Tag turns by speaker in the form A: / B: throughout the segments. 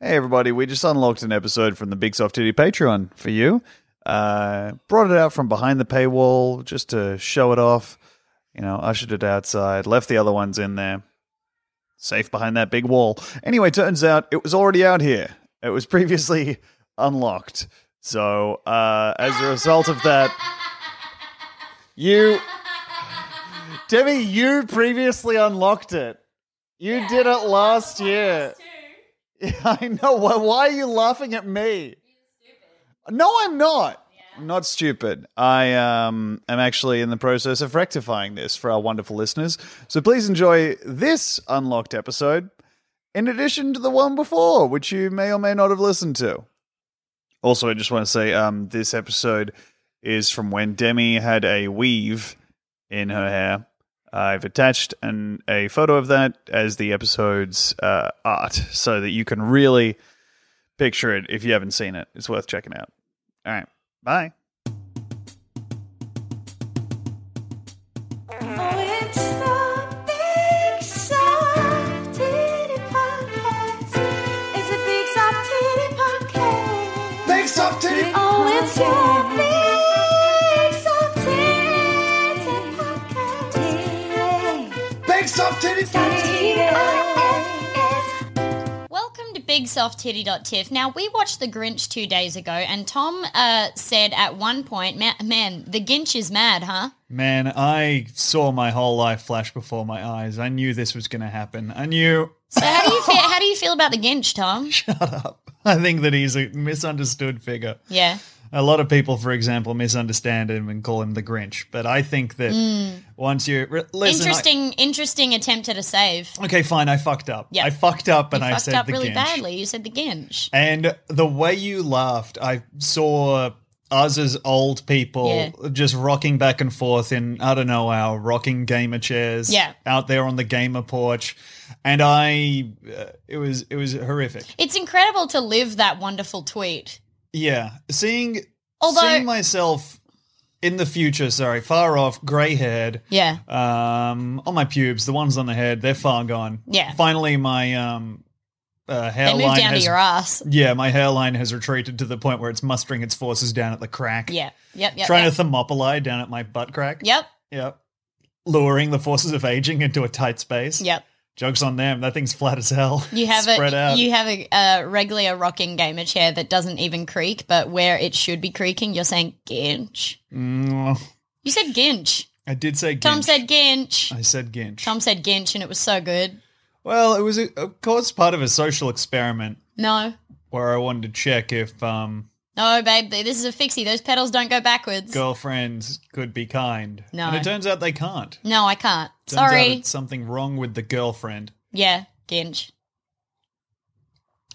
A: Hey, everybody, we just unlocked an episode from the Big Soft Titty Patreon for you. Uh, brought it out from behind the paywall just to show it off. You know, ushered it outside, left the other ones in there, safe behind that big wall. Anyway, turns out it was already out here. It was previously unlocked. So, uh, as a result of that, you. Debbie, you previously unlocked it. You did it last year. Yeah, I know. Why, why are you laughing at me? No, I'm not. I'm not stupid. I um, am actually in the process of rectifying this for our wonderful listeners. So please enjoy this unlocked episode in addition to the one before, which you may or may not have listened to. Also, I just want to say um, this episode is from when Demi had a weave in her hair. I've attached an, a photo of that as the episode's uh, art so that you can really picture it if you haven't seen it. It's worth checking out. All right. Bye.
B: Oh, it's the Big Soft Titty Podcast. It's the Big Soft Titty Podcast.
A: Big soft titty.
B: Oh, it's your Big Soft Titty Podcast.
A: Big soft titty.
B: T-I-F-F.
C: Welcome to BigSoftTitty.tiff. Now, we watched The Grinch two days ago, and Tom uh, said at one point, "Ma- man, the Grinch is mad, huh?
A: Man, I saw my whole life flash before my eyes. I knew this was going to happen. I knew.
C: So how do you feel, how do you feel about the Grinch, Tom?
A: I think that he's a misunderstood figure.
C: Yeah.
A: A lot of people, for example, misunderstand him and call him the Grinch. But I think that once you re- listen, I-
C: Hmm. interesting, interesting attempt at a save.
A: okay, fine, I fucked up.
C: Yeah.
A: I fucked up, and
C: you
A: I
C: fucked
A: said
C: up
A: the
C: really
A: Grinch.
C: badly. You said the Grinch.
A: And the way you laughed, I saw us as old people just rocking back and forth in, I don't know, our rocking gamer chairs
C: Yeah.
A: out there on the gamer porch. And I, uh, it was, it was horrific.
C: It's incredible to live that wonderful tweet.
A: Yeah. Seeing,
C: Although-
A: seeing myself in the future, sorry, far off, gray haired,
C: Yeah.
A: um, on my pubes, the ones on the head, they're far gone.
C: Yeah.
A: Finally, my, um, uh,
C: They
A: hairline
C: moved down
A: has
C: to your ass.
A: yeah, my hairline has retreated to the point where it's mustering its forces down at the crack.
C: Yeah. Yep. Yep.
A: Trying
C: yep.
A: to thermopylae down at my butt crack.
C: yep.
A: Yep. Luring the forces of aging into a tight space.
C: Yep.
A: Joke's on them. That thing's flat as hell.
C: You have
A: Spread
C: a
A: out.
C: you have a, a regular rocking gamer chair that doesn't even creak, but where it should be creaking, you're saying Ginch.
A: Mm,
C: You said Ginch.
A: I did say Ginch.
C: Tom said Ginch.
A: I said Ginch.
C: Tom said Ginch, and it was so good.
A: well, it was, a, of course, part of a social experiment
C: No,
A: where I wanted to check if um,
C: no, babe, th- this is a fixie. Those pedals don't go backwards.
A: girlfriends could be kind.
C: No.
A: And it turns out they can't.
C: No, I can't.
A: Turns out
C: Sorry.
A: it's something wrong with the girlfriend.
C: Yeah, Ginch,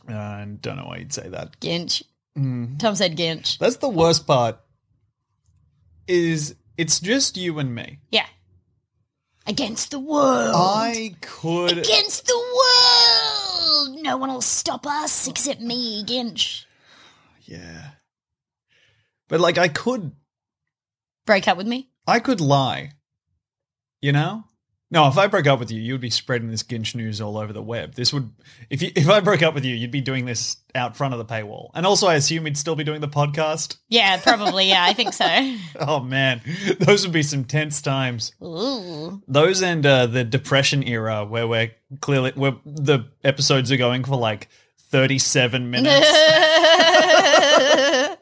A: Uh, and don't know why you'd say that.
C: Ginch. Tom said Ginch.
A: That's the worst part. Is it's just you and me.
C: Yeah. Against the world.
A: I could
C: Against the world. No one will stop us except me, Ginch.
A: Yeah. But like I could
C: Break up with me.
A: I could lie. You know?
D: No, if I broke up with you, you would be spreading this Ginch news all over the web. This would, if you, if I broke up with you, you'd be doing this out front of the paywall. And also, I assume you'd still be doing the podcast.
C: Yeah, probably. Yeah, I think so.
D: Oh man, those would be some tense times.
C: Ooh.
D: Those and uh, the depression era where we're clearly where the episodes are going for like thirty-seven minutes. and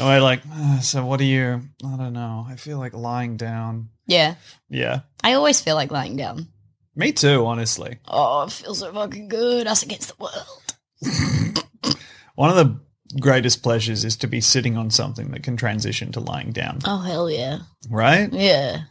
D: we're like, "Ah, so what do you? I don't know. I feel like lying down.
C: yeah.
D: Yeah,
C: I always feel like lying down.
D: me too. Honestly,
C: Oh, it feels so fucking good. Us against the world.
D: one of the greatest pleasures is to be sitting on something that can transition to lying down.
C: Oh hell yeah.
D: Right?
C: Yeah.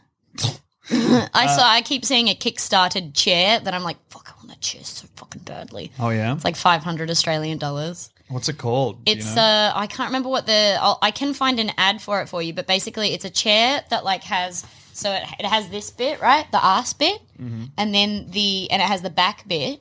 D: Uh,
C: I saw I keep seeing a kickstarted chair that I'm like, fuck, I want that chair so fucking badly.
D: Oh yeah.
C: It's like five hundred Australian dollars.
D: What's it called? Do you
C: It's
D: know?
C: uh, I can't remember what the I'll, I can find an ad for it for you, but basically it's a chair that like has so it, it has this bit right, the ass bit,
D: Mm-hmm.
C: and then the and it has the back bit,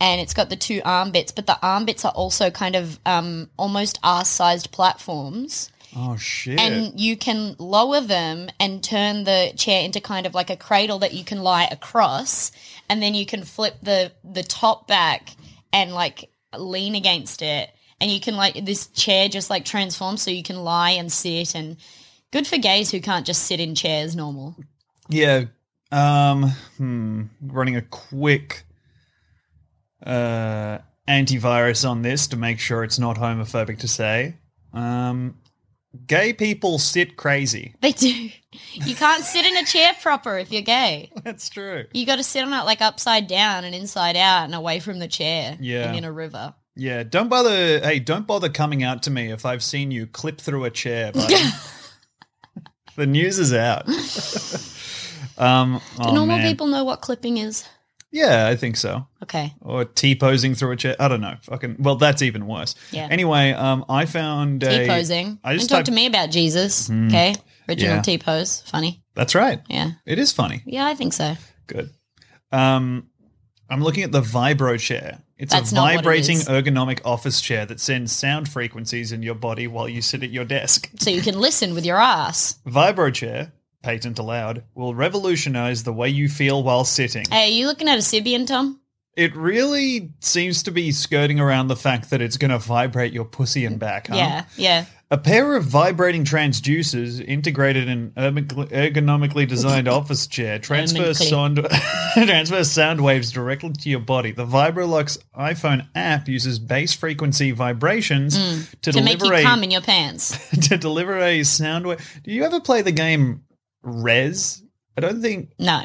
C: and it's got the two arm bits, but the arm bits are also kind of um almost ass sized platforms,
D: oh shit.
C: and you can lower them and turn the chair into kind of like a cradle that you can lie across, and then you can flip the the top back and like lean against it, and you can like this chair just like transforms so you can lie and sit and good for gays who can't just sit in chairs normal.
D: Yeah. Um. Hmm. Running a quick uh, antivirus on this to make sure it's not homophobic to say. Um, gay people sit crazy.
C: They do. You can't sit in a chair proper if you're gay.
D: That's true.
C: You got to sit on it like upside down and inside out and away from the chair.
D: Yeah.
C: And in a river.
D: Yeah. Don't bother. Hey, don't bother coming out to me if I've seen you clip through a chair. Buddy. the news is out. um.
C: Do
D: oh,
C: normal
D: man.
C: people know what clipping is?
D: Yeah, I think so.
C: Okay.
D: or T posing through a chair. I don't know. Fucking well, that's even worse.
C: Yeah.
D: Anyway, um, I found a-
C: T posing.
D: I just
C: and talk
D: typed-
C: to me about Jesus. Okay. Original
D: Yeah.
C: T pose. Funny.
D: That's right.
C: Yeah.
D: It is funny.
C: Yeah, I think so.
D: Good. Um, I'm looking at the vibro chair. It's
C: That's
D: a
C: not what it
D: vibrating
C: is.
D: ergonomic office chair that sends sound frequencies in your body while you sit at your desk.
C: So you can listen with your ass.
D: Vibro chair, patent allowed, will revolutionize the way you feel while sitting.
C: Hey, you looking at a Sibian, Tom?
D: It really seems to be skirting around the fact that it's going to vibrate your pussy and back, huh?
C: Yeah. Yeah.
D: A pair of vibrating transducers integrated in ergo- ergonomically designed office chair transfers
C: Ergonomically.
D: sound, transfers sound waves directly to your body. The Vibrolux iPhone app uses bass frequency vibrations to,
C: Mm. To make
D: deliver
C: you
D: a
C: cum in your pants.
D: to deliver a sound wave. Do you ever play the game Res? I don't think
C: No.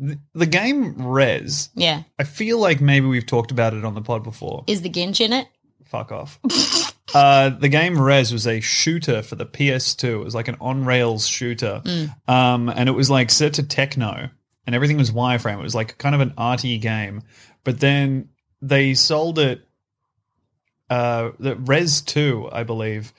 D: th- the game Res.
C: Yeah.
D: I feel like maybe we've talked about it on the pod before.
C: Is the ginge in it?
D: Fuck off. uh, the game Res was a shooter for the PS2. It was like an on rails shooter. Um, and it was like set to techno and everything was wireframe. It was like kind of an arty game. But then they sold it. Uh, the Res 2, I believe,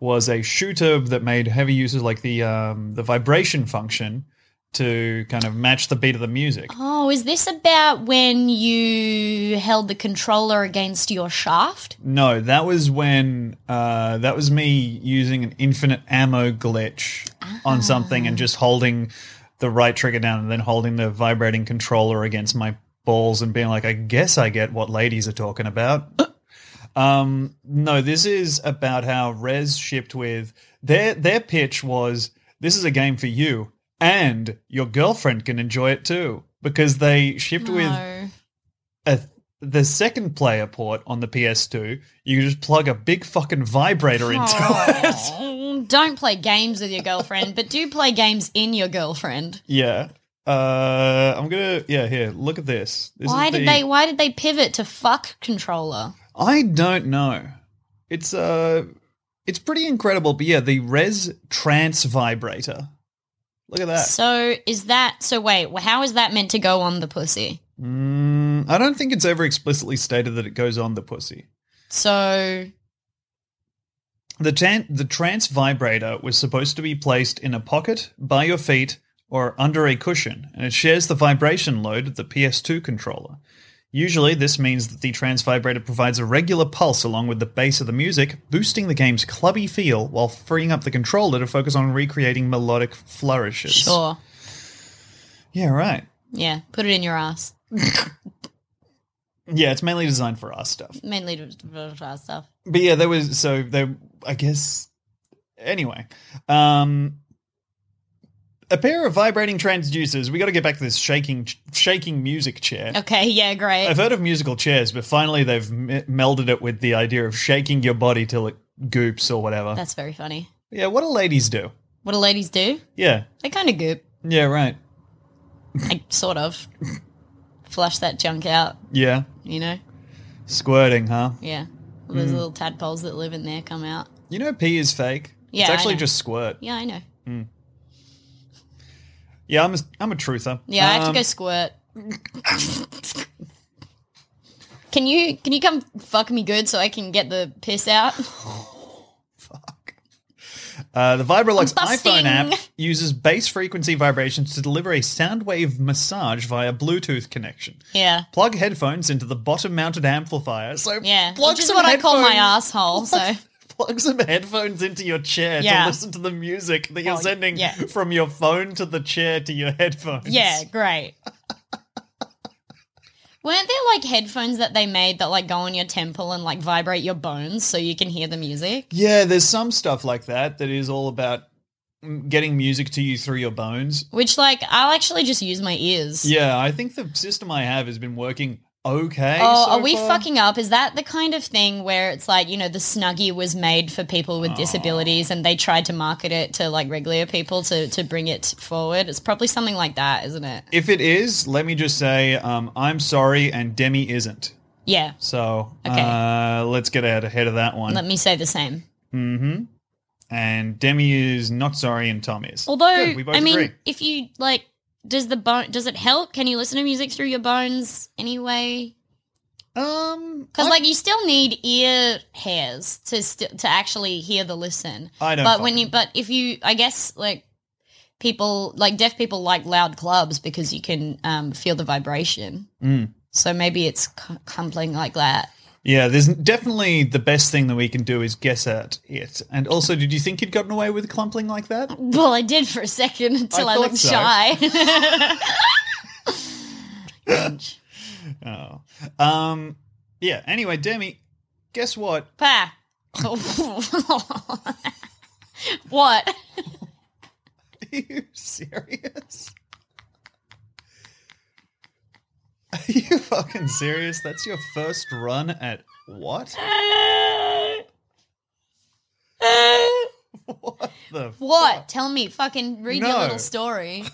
D: was a shooter that made heavy use of like the um, the vibration function to kind of match the beat of the music.
C: Oh, is this about when you held the controller against your shaft?
D: No, that was when uh, that was me using an infinite ammo glitch
C: Ah.
D: on something and just holding the right trigger down and then holding the vibrating controller against my balls and being like, I guess I get what ladies are talking about. um, no, this is about how Res shipped with their their pitch was this is a game for you and your girlfriend can enjoy it too because they shipped with
C: No.
D: a the second player port on the PS2, you just plug a big fucking vibrator into it.
C: Oh, don't play games with your girlfriend, but do play games in your girlfriend.
D: Yeah. Uh, I'm gonna yeah here look at this. this is
C: why did
D: the-
C: they why did they pivot to fuck controller?
D: I don't know. It's uh, it's pretty incredible. But yeah, the Res Trance vibrator. Look at that.
C: So is that so wait, wh- how is that meant to go on the pussy?
D: Mm, I don't think it's ever explicitly stated that it goes on the pussy.
C: So
D: The, tan- the trance vibrator was supposed to be placed in a pocket, by your feet, or under a cushion, and it shares the vibration load of the PS2 controller. Usually, this means that the trance vibrator provides a regular pulse along with the bass of the music, boosting the game's clubby feel while freeing up the controller to focus on recreating melodic flourishes.
C: sure.
D: Yeah, right.
C: Yeah, put it in your ass.
D: Yeah, it's mainly designed for our stuff.
C: Mainly to- to to our stuff.
D: But yeah, there was so there. I guess anyway, um, a pair of vibrating transducers. We got to get back to this shaking, shaking music chair.
C: Okay, yeah, great.
D: I've heard of musical chairs, but finally they've m- melded it with the idea of shaking your body till it goops or whatever.
C: That's very funny.
D: yeah, what do ladies do?
C: What do ladies do?
D: Yeah,
C: They kind of goop.
D: yeah, right.
C: I sort of flush that junk out,
D: Yeah,
C: you know?
D: squirting, huh?
C: Yeah. All those little tadpoles that live in there come out.
D: You know, pee is fake.
C: Yeah,
D: it's
C: I
D: actually
C: know.
D: just squirt.
C: Yeah, I know.
D: Yeah, I'm a, I'm a truther.
C: Yeah, I have to
D: Um,
C: go squirt. can you can you come fuck me good so I can get the piss out?
D: Uh, the Vibrolux
C: I'm busting.
D: iPhone app uses bass frequency vibrations to deliver a sound wave massage via Bluetooth connection.
C: Yeah.
D: Plug headphones into the bottom mounted amplifier. So
C: Yeah.
D: plug
C: Which is
D: some
C: what I call my
D: headphones-
C: asshole, so
D: Plug some headphones into your chair
C: Yeah.
D: to listen to the music that you're
C: Well,
D: sending
C: yeah.
D: from your phone to the chair to your headphones.
C: Yeah, great. Weren't there like headphones that they made that like go on your temple and like vibrate your bones so you can hear the music?
D: Yeah, there's some stuff like that that is all about mm, getting music to you through your bones.
C: Which like I'll actually just use my ears.
D: Yeah, I think the system I have has been working okay.
C: Oh,
D: so
C: are we
D: far.
C: fucking up? Is that the kind of thing where it's like, you know, the Snuggie was made for people with disabilities and they tried to market it to like regular people to, to bring it forward? It's probably something like that, isn't it?
D: If it is, let me just say um, I'm sorry, and Demi isn't.
C: Yeah.
D: So
C: Okay.
D: uh, let's get out ahead of that one.
C: Let me say the same.
D: mm-hmm. And Demi is not sorry, and Tom is.
C: Although,
D: Good, we both
C: I mean,
D: agree.
C: if you like, does the bone, does it help? Can you listen to music through your bones anyway?
D: um,
C: Because
D: I-
C: like you still need ear hairs to st- to actually hear the listen.
D: I don't
C: But when
D: fucking-
C: you but if you I guess like people like deaf people like loud clubs because you can um, feel the vibration.
D: Mm.
C: So maybe it's c- something like that.
D: yeah, there's definitely the best thing that we can do is guess at it. And also, did you think you'd gotten away with clumpling like that?
C: Well, I did for a second until I,
D: thought
C: looked
D: so.
C: shy. Cringe.
D: Oh, um, yeah. Anyway, Demi, guess what?
C: Pa. what?
D: Are you serious? Are you fucking serious? That's your first run at what? What the? F-
C: What? Tell me. Fucking read your
D: No.
C: little story.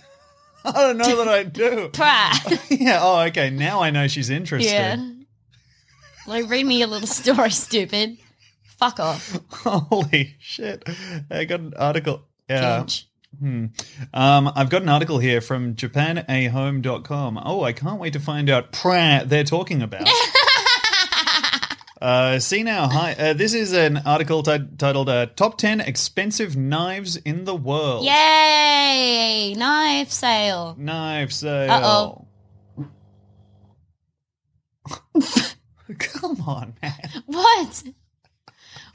D: I don't know that I do.
C: Pa.
D: yeah. Oh, okay. Now I know she's interested.
C: Yeah. Like, read me your little story, stupid. Fuck off.
D: Holy shit! I got an article.
A: Uh.
D: Yeah.
C: Cringe.
D: Hmm. Um, I've got an article here from japanahome.com. Oh, I can't wait to find out pra they're talking about. uh, see now, hi. Uh, this is an article ti- titled uh, "Top Ten Expensive Knives in the World."
C: Yay! Knife sale.
D: knife sale.
C: Uh-oh.
D: Come on, man.
C: What?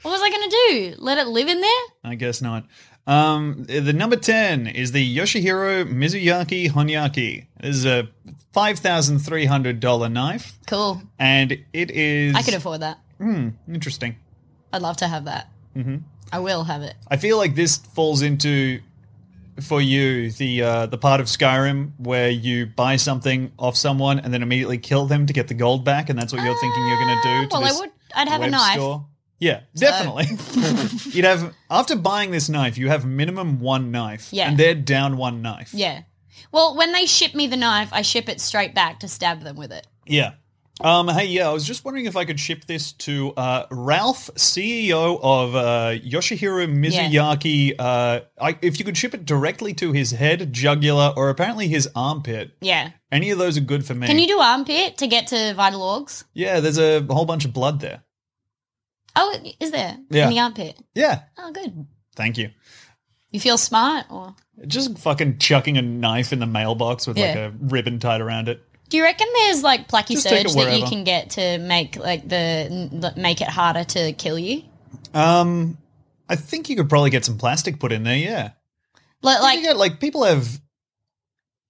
C: What was I gonna do? Let it live in there?
D: I guess not. Um, the number 10 is the Yoshihiro Mizuyaki Honyaki. This is a $5,300 knife,
C: Cool.
D: and it is.
C: I could afford that.
D: Hmm, interesting.
C: I'd love to have that. Mm-hmm. I will have it.
D: I feel like this falls into, for you, the uh, the part of Skyrim where you buy something off someone and then immediately kill them to get the gold back, and that's what you're thinking you're going to do.
C: Uh,
D: To
C: well, I
D: this
C: would- I'd have a
D: web
C: knife.
D: Store. Yeah, definitely. You'd have after buying this knife, you have minimum one knife,
C: Yeah.
D: and they're down one knife.
C: Yeah. Well, when they ship me the knife, I ship it straight back to stab them with it.
D: Yeah. Um, hey, yeah, I was just wondering if I could ship this to uh, Ralph, CEO of uh, Yoshihiro Mizuyaki. Uh, I, if you could ship it directly to his head, jugular, or apparently his armpit.
C: Yeah.
D: Any of those are good for me.
C: Can you do armpit to get to vital orgs?
D: yeah, there's a whole bunch of blood there.
C: Oh, is there?
D: Yeah.
C: In the armpit.
D: Yeah,
C: Oh, good.
D: thank you.
C: You feel smart, or
D: Just fucking chucking a knife in the mailbox with like
C: Yeah.
D: a ribbon tied around it.
C: do you reckon there's like plucky
D: Just take it
C: surge that you
D: wherever.
C: can get to make like the n- that make it harder to kill you?
D: Um, I think you could probably get some plastic put in there. Yeah,
C: Like,
D: like,
C: like
D: you get, like people have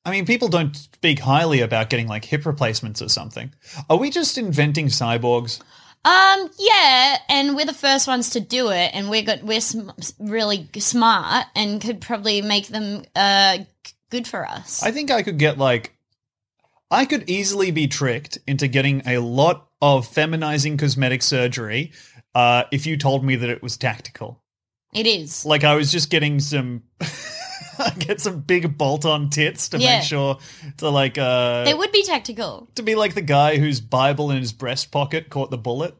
D: I mean, people don't speak highly about getting like hip replacements or something. Are we just inventing cyborgs?
C: Um, yeah, and we're the first ones to do it, and we're got we're sm- really smart and could probably make them uh g- good for us.
D: I think I could get like, I could easily be tricked into getting a lot of feminizing cosmetic surgery uh, if you told me that it was tactical.
C: it is.
D: Like I was just getting some, get some big bolt on tits to
C: Yeah.
D: make sure to like uh,
C: They would be tactical.
D: to be like the guy whose Bible in his breast pocket caught the bullet.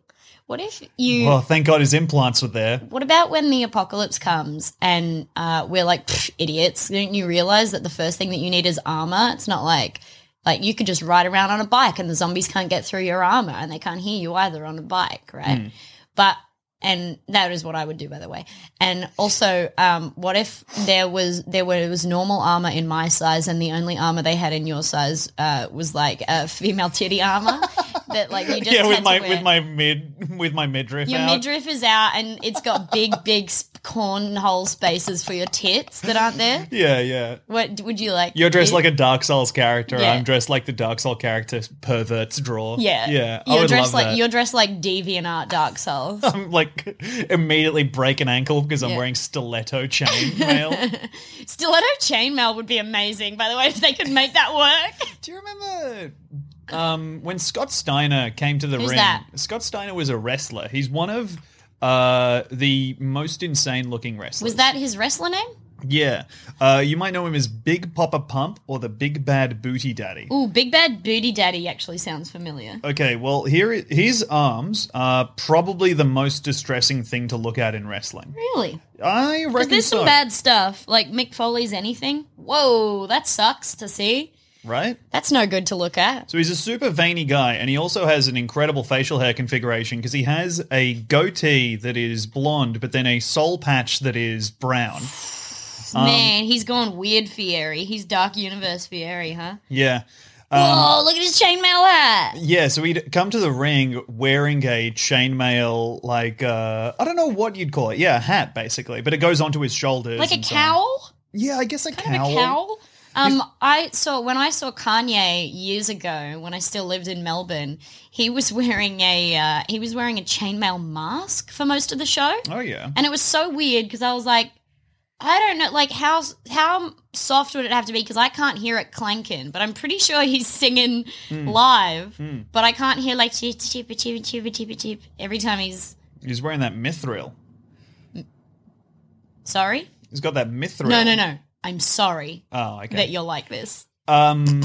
C: What if you?
D: Well, thank God his implants were there.
C: What about when the apocalypse comes and uh, we're like "Pff, idiots? Don't you realize that the first thing that you need is armor? It's not like like you could just ride around on a bike and the zombies can't get through your armor and they can't hear you either on a bike, right?
D: Hmm.
C: But and that is what I would do, by the way. And also, um, what if there was there were, was normal armor in my size, and the only armor they had in your size uh, was like uh, female titty armor that like you just
D: yeah,
C: had
D: with
C: to
D: my
C: wear.
D: with my mid with my midriff
C: Your
D: out.
C: midriff is out, and it's got big, big sp- cornhole spaces for your tits that aren't there.
D: Yeah, yeah.
C: What d- would you like?
D: You're dressed like a Dark Souls character.
C: Yeah.
D: I'm dressed like the Dark Soul character perverts draw.
C: yeah,
D: yeah. I
C: You're
D: would
C: dressed
D: love
C: like
D: that.
C: you're dressed like DeviantArt Dark Souls.
D: I'm like immediately break an ankle because I'm
C: Yeah.
D: wearing stiletto chainmail.
C: Stiletto chainmail would be amazing, by the way, if they could make that work.
D: Do you remember um, when Scott Steiner came to the
C: Who's
D: ring?
C: that?
D: Scott Steiner was a wrestler. He's one of uh, the most insane looking wrestlers.
C: Was that his wrestler name?
D: Yeah. Uh, you might know him as Big Papa Pump or the Big Bad Booty Daddy.
C: Ooh, Big Bad Booty Daddy actually sounds familiar.
D: Okay, well, here i- his arms are probably the most distressing thing to look at in wrestling.
C: Really?
D: I
C: Because
D: reckon
C: there's
D: so.
C: some bad stuff, like Mick Foley's anything. Whoa, that sucks to see.
D: right?
C: That's no good to look at.
D: So he's a super veiny guy, and he also has an incredible facial hair configuration because he has a goatee that is blonde, but then a soul patch that is brown. Um,
C: Man, he's going weird Fieri. He's Dark Universe Fieri, huh?
D: Yeah.
C: Whoa, Oh, look at his chainmail hat.
D: Yeah, so he'd come to the ring wearing a chainmail, like, uh, I don't know what you'd call it. Yeah, a hat, basically, but it goes onto his shoulders.
C: Like a
D: and so on.
C: cowl?
D: Yeah, I guess a
C: Kind
D: cowl.
C: of a cowl? Um, I saw when I saw Kanye years ago, when I still lived in Melbourne, he was wearing a uh, he was wearing a chainmail mask for most of the show,
D: Oh, yeah.
C: and it was so weird because I was like, I don't know, like how how soft would it have to be because I can't hear it clanking, but I'm pretty sure he's singing live, but I can't hear like chip chip chip chip chip chip every time he's
D: He's wearing that mithril.
C: sorry.
D: He's got that mithril.
C: No, no, no. I'm sorry
D: Oh,
C: that
D: okay.
C: you're like this.
D: Um,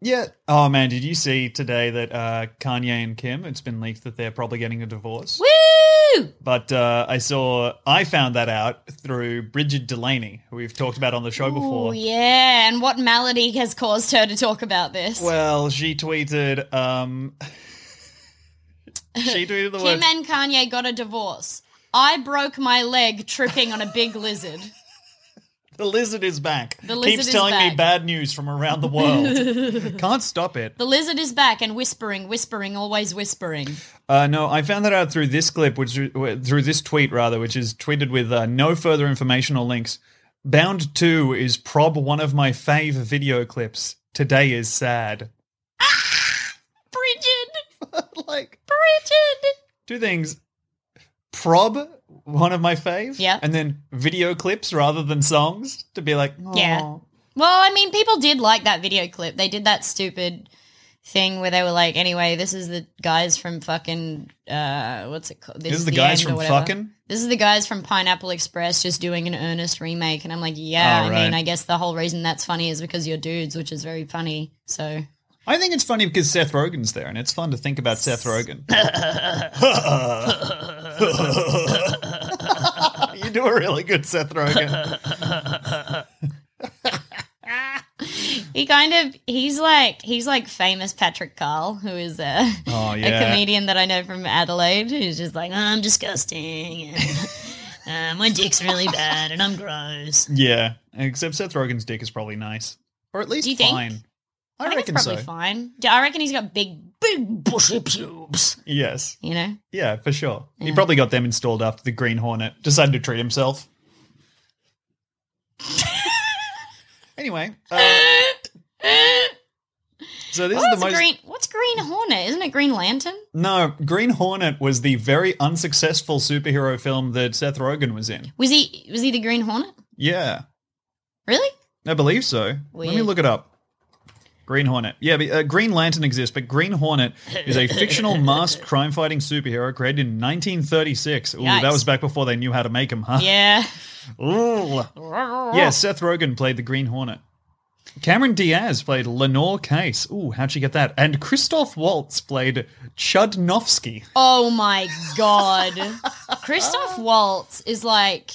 D: yeah. Oh man, did you see today that uh, Kanye and Kim? It's been leaked that they're probably getting a divorce.
C: Woo!
D: But uh, I saw, I found that out through Bridget Delaney, who we've talked about on the show
C: Oh
D: before.
C: yeah, and what malady has caused her to talk about this?
D: Well, she tweeted. Um, she tweeted the
C: Kim
D: words.
C: and Kanye got a divorce. I broke my leg tripping on a big lizard.
D: The lizard is back.
C: The lizard
D: Keeps
C: is
D: telling me
C: back."
D: bad news from around the world. Can't stop it.
C: The lizard is back and whispering, whispering, always whispering.
D: Uh, no, I found that out through this clip, which through this tweet rather, which is tweeted with uh, no further information or links. Bound two is prob one of my fave video clips. Today is sad.
C: Bridget,
D: like
C: Bridget.
D: two things: prob one of my fave,
C: Yeah.
D: and then video clips rather than songs to be like,
C: Yeah.
D: "Aw."
C: Well, I mean, people did like that video clip. They did that stupid thing where they were like, anyway, this is the guys from fucking uh, what's it called?
D: This is the guys
C: end or
D: from
C: whatever.
D: fucking?
C: This is the guys from Pineapple Express just doing an earnest remake, and I'm like, yeah.
D: Oh,
C: I mean,
D: right.
C: I guess the whole reason that's funny is because you're dudes, which is very funny. So
D: I think it's funny because Seth Rogen's there, and it's fun to think about Seth Rogen. you do a really good Seth Rogen.
C: he kind of he's like he's like famous Patrick Carl, who is a,
D: Oh,
C: a
D: yeah.
C: comedian that I know from Adelaide, who's just like "Oh, I'm disgusting. And, Uh, my dick's really bad and I'm gross.
D: Yeah, except Seth Rogen's dick is probably nice, or at least
C: Do you think?
D: fine. I,
C: think
D: reckon
C: it's
D: so.
C: probably fine. Yeah, I reckon he's got big, big bushy pubes.
D: Yes,
C: You know,
D: yeah, for sure. He
C: Yeah.
D: probably got them installed after the Green Hornet decided to treat himself. anyway, uh, So this is
C: What's
D: the most
C: Oh, green? What's Green Hornet? Isn't it Green Lantern?
D: No, Green Hornet was the very unsuccessful superhero film that Seth Rogen was in.
C: Was he? Was he the Green Hornet?
D: Yeah,
C: Really?
D: I believe so. Let me
C: Weird.
D: look it up. Green Hornet. Yeah, but, uh, Green Lantern exists, but Green Hornet is a fictional masked crime-fighting superhero created in 1936. Ooh, that
C: Yikes.
D: was back before they knew how to make him, huh?
C: Yeah.
D: Ooh. Yeah, Seth Rogen played the Green Hornet. Cameron Diaz played Lenore Case. Ooh, how'd she get that? And Christoph Waltz played Chudnovsky.
C: Oh my god. Christoph Waltz is like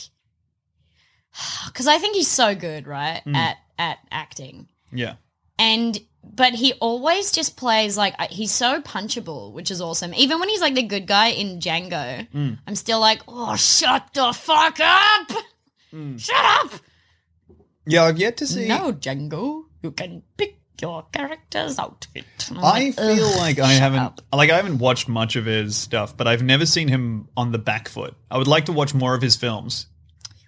C: cuz I think he's so good, right?
D: Mm.
C: At at acting.
D: Yeah.
C: And but he always just plays like I- he's so punchable, which is awesome. Even when he's like the good guy in Django,
D: Mm.
C: I'm still like, "Oh, shut the fuck up."
D: Mm.
C: Shut up.
D: Yeah, I've yet to see.
C: No, Django, you can pick your character's outfit. And I'm
D: I
C: like,
D: feel
C: "Ugh,
D: like I
C: shut
D: haven't
C: up."
D: like I haven't watched much of his stuff, but I've never seen him on the back foot. I would like to watch more of his films.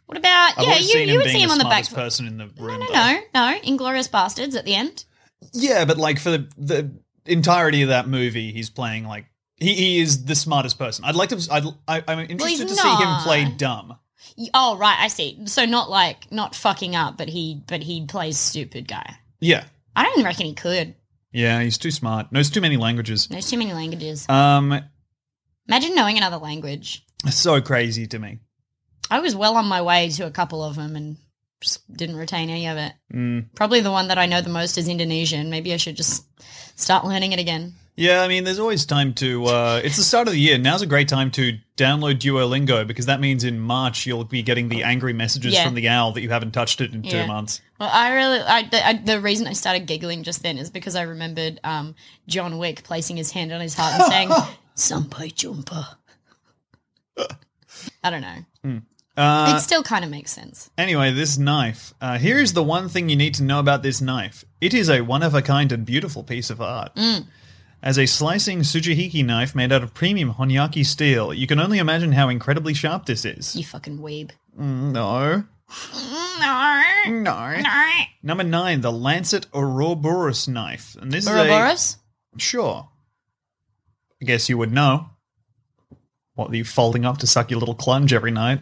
C: What about
D: I've
C: Yeah,
D: always
C: you
D: seen
C: you
D: him
C: would
D: being
C: see him
D: the
C: on the back
D: smartest
C: foot.
D: person in the room.
C: No,
D: though.
C: no, no. Inglorious Bastards at the end.
D: Yeah, but like for the, the entirety of that movie, he's playing like he, he is the smartest person. I'd like to. I'd, I, I'm interested
C: he's
D: to see him
C: not.
D: play dumb.
C: Y- Oh, right. I see. So not like not fucking up, but he but he plays stupid guy.
D: Yeah,
C: I don't reckon he could.
D: yeah, he's too smart. Knows too many languages.
C: There's too many languages.
D: Um,
C: Imagine knowing another language.
D: so crazy to me.
C: I was well on my way to a couple of them and just didn't retain any of it.
D: Mm.
C: Probably the one that I know the most is Indonesian. Maybe I should just start learning it again.
D: Yeah, I mean, there's always time to. Uh, it's the start of the year. Now's a great time to download Duolingo because that means in March you'll be getting the angry messages
C: Yeah.
D: from the owl that you haven't touched it in two
C: Yeah.
D: months.
C: Well, I really, I, the, I, the reason I started giggling just then is because I remembered um, John Wick placing his hand on his heart and saying, Sampai jumpa. I don't know.
D: Uh,
C: it still kind of makes sense.
D: anyway, this knife. Uh, here is the one thing you need to know about this knife. It is a one of a kind and beautiful piece of art. As a slicing tsujihiki knife made out of premium honyaki steel, you can only imagine how incredibly sharp this is.
C: You fucking weeb.
D: No,
C: No.
D: no.
C: No.
D: Number nine, the Lancet Ouroboros knife, and this is a
C: Ouroboros?
D: Sure. I guess you would know. What are you folding up to suck your little clunge every night?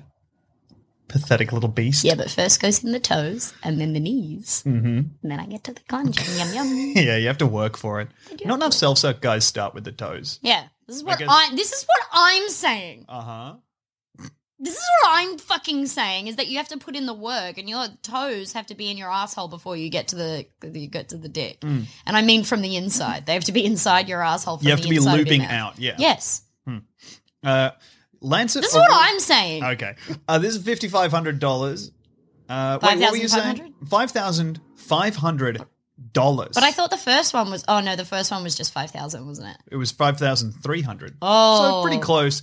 D: Pathetic little beast.
C: Yeah, but first goes in the toes and then the knees.
D: hmm
C: And then I get to the conch. Yum, yum.
D: yeah, you have to work for it. Not enough self suck guys start with the toes.
C: Yeah. This is
D: I
C: what
D: guess-
C: I this is what I'm saying.
D: Uh huh.
C: This is what I'm fucking saying is that you have to put in the work and your toes have to be in your asshole before you get to the you get to the dick. And I mean from the inside. They have to be inside your asshole from
D: Mm. You have
C: the
D: to be
C: inside of your
D: looping
C: mouth.
D: out. Yeah.
C: Yes.
D: Uh, Lancet.
C: This is what
D: Aurora-
C: I'm saying.
D: Okay. Uh, this is fifty five hundred dollars. Uh, wait, what were you saying? Five thousand five hundred dollars.
C: But I thought the first one was oh no, the first one was just 5000, wasn't it?
D: It was 5,300.
C: Oh.
D: So pretty close.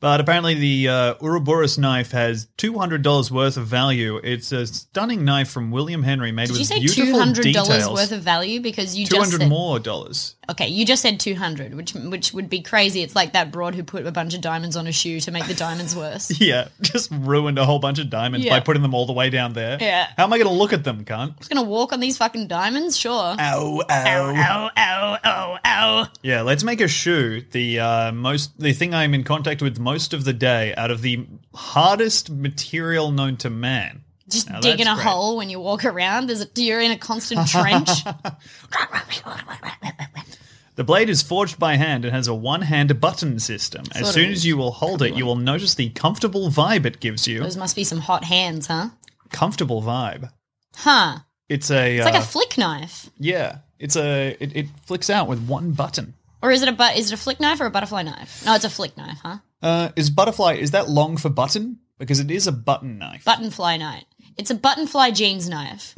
D: But apparently the uh, Ouroboros knife has $200 worth of value. It's a stunning knife from William Henry made
C: Did
D: with
C: you say two
D: beautiful
C: hundred dollars
D: details.
C: worth of value? Because you just
D: 200
C: said,
D: more dollars.
C: okay, you just said two hundred, which which would be crazy. It's like that broad who put a bunch of diamonds on a shoe to make the diamonds worse. I
D: Yeah, just ruined a whole bunch of diamonds by
C: Yeah.
D: putting them all the way down there.
C: Yeah.
D: How am I going to look at them, cunt?
C: was gonna walk on these fucking diamonds, sure.
D: Ow, ow. Oh,
C: ow, ow, ow, ow.
D: Yeah, let's make a shoe. The uh, most, the thing I'm in contact with most of the day, out of the hardest material known to man.
C: Just
D: Now
C: digging a
D: that's great.
C: hole when you walk around. There's a, you're in a constant trench.
D: The blade is forged by hand and has a one hand button system. As soon as you will hold it, you will notice the comfortable vibe it gives you.
C: Those must be some hot hands, huh?
D: Comfortable vibe.
C: Huh?
D: It's a.
C: It's
D: uh,
C: like a flick knife,
D: yeah, it's a. It, it flicks out with one button.
C: or is it a but? Is it a flick knife or a butterfly knife? No, it's a flick knife, huh?
D: Uh, is butterfly. Is that long for button? Because it is a button knife.
C: Buttonfly knife. It's a buttonfly jeans knife.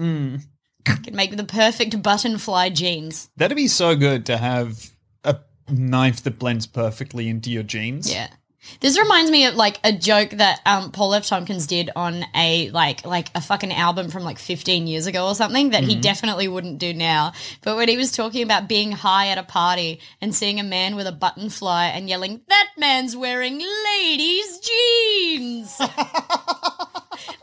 C: Could make the perfect buttonfly jeans.
D: That'd be so good to have a knife that blends perfectly into your jeans.
C: Yeah. This reminds me of like a joke that um, Paul F. Tompkins did on a like like a fucking album from like 15 years ago or something that
D: Mm-hmm.
C: he definitely wouldn't do now. But when he was talking about being high at a party and seeing a man with a button fly and yelling, "That man's wearing ladies' jeans," like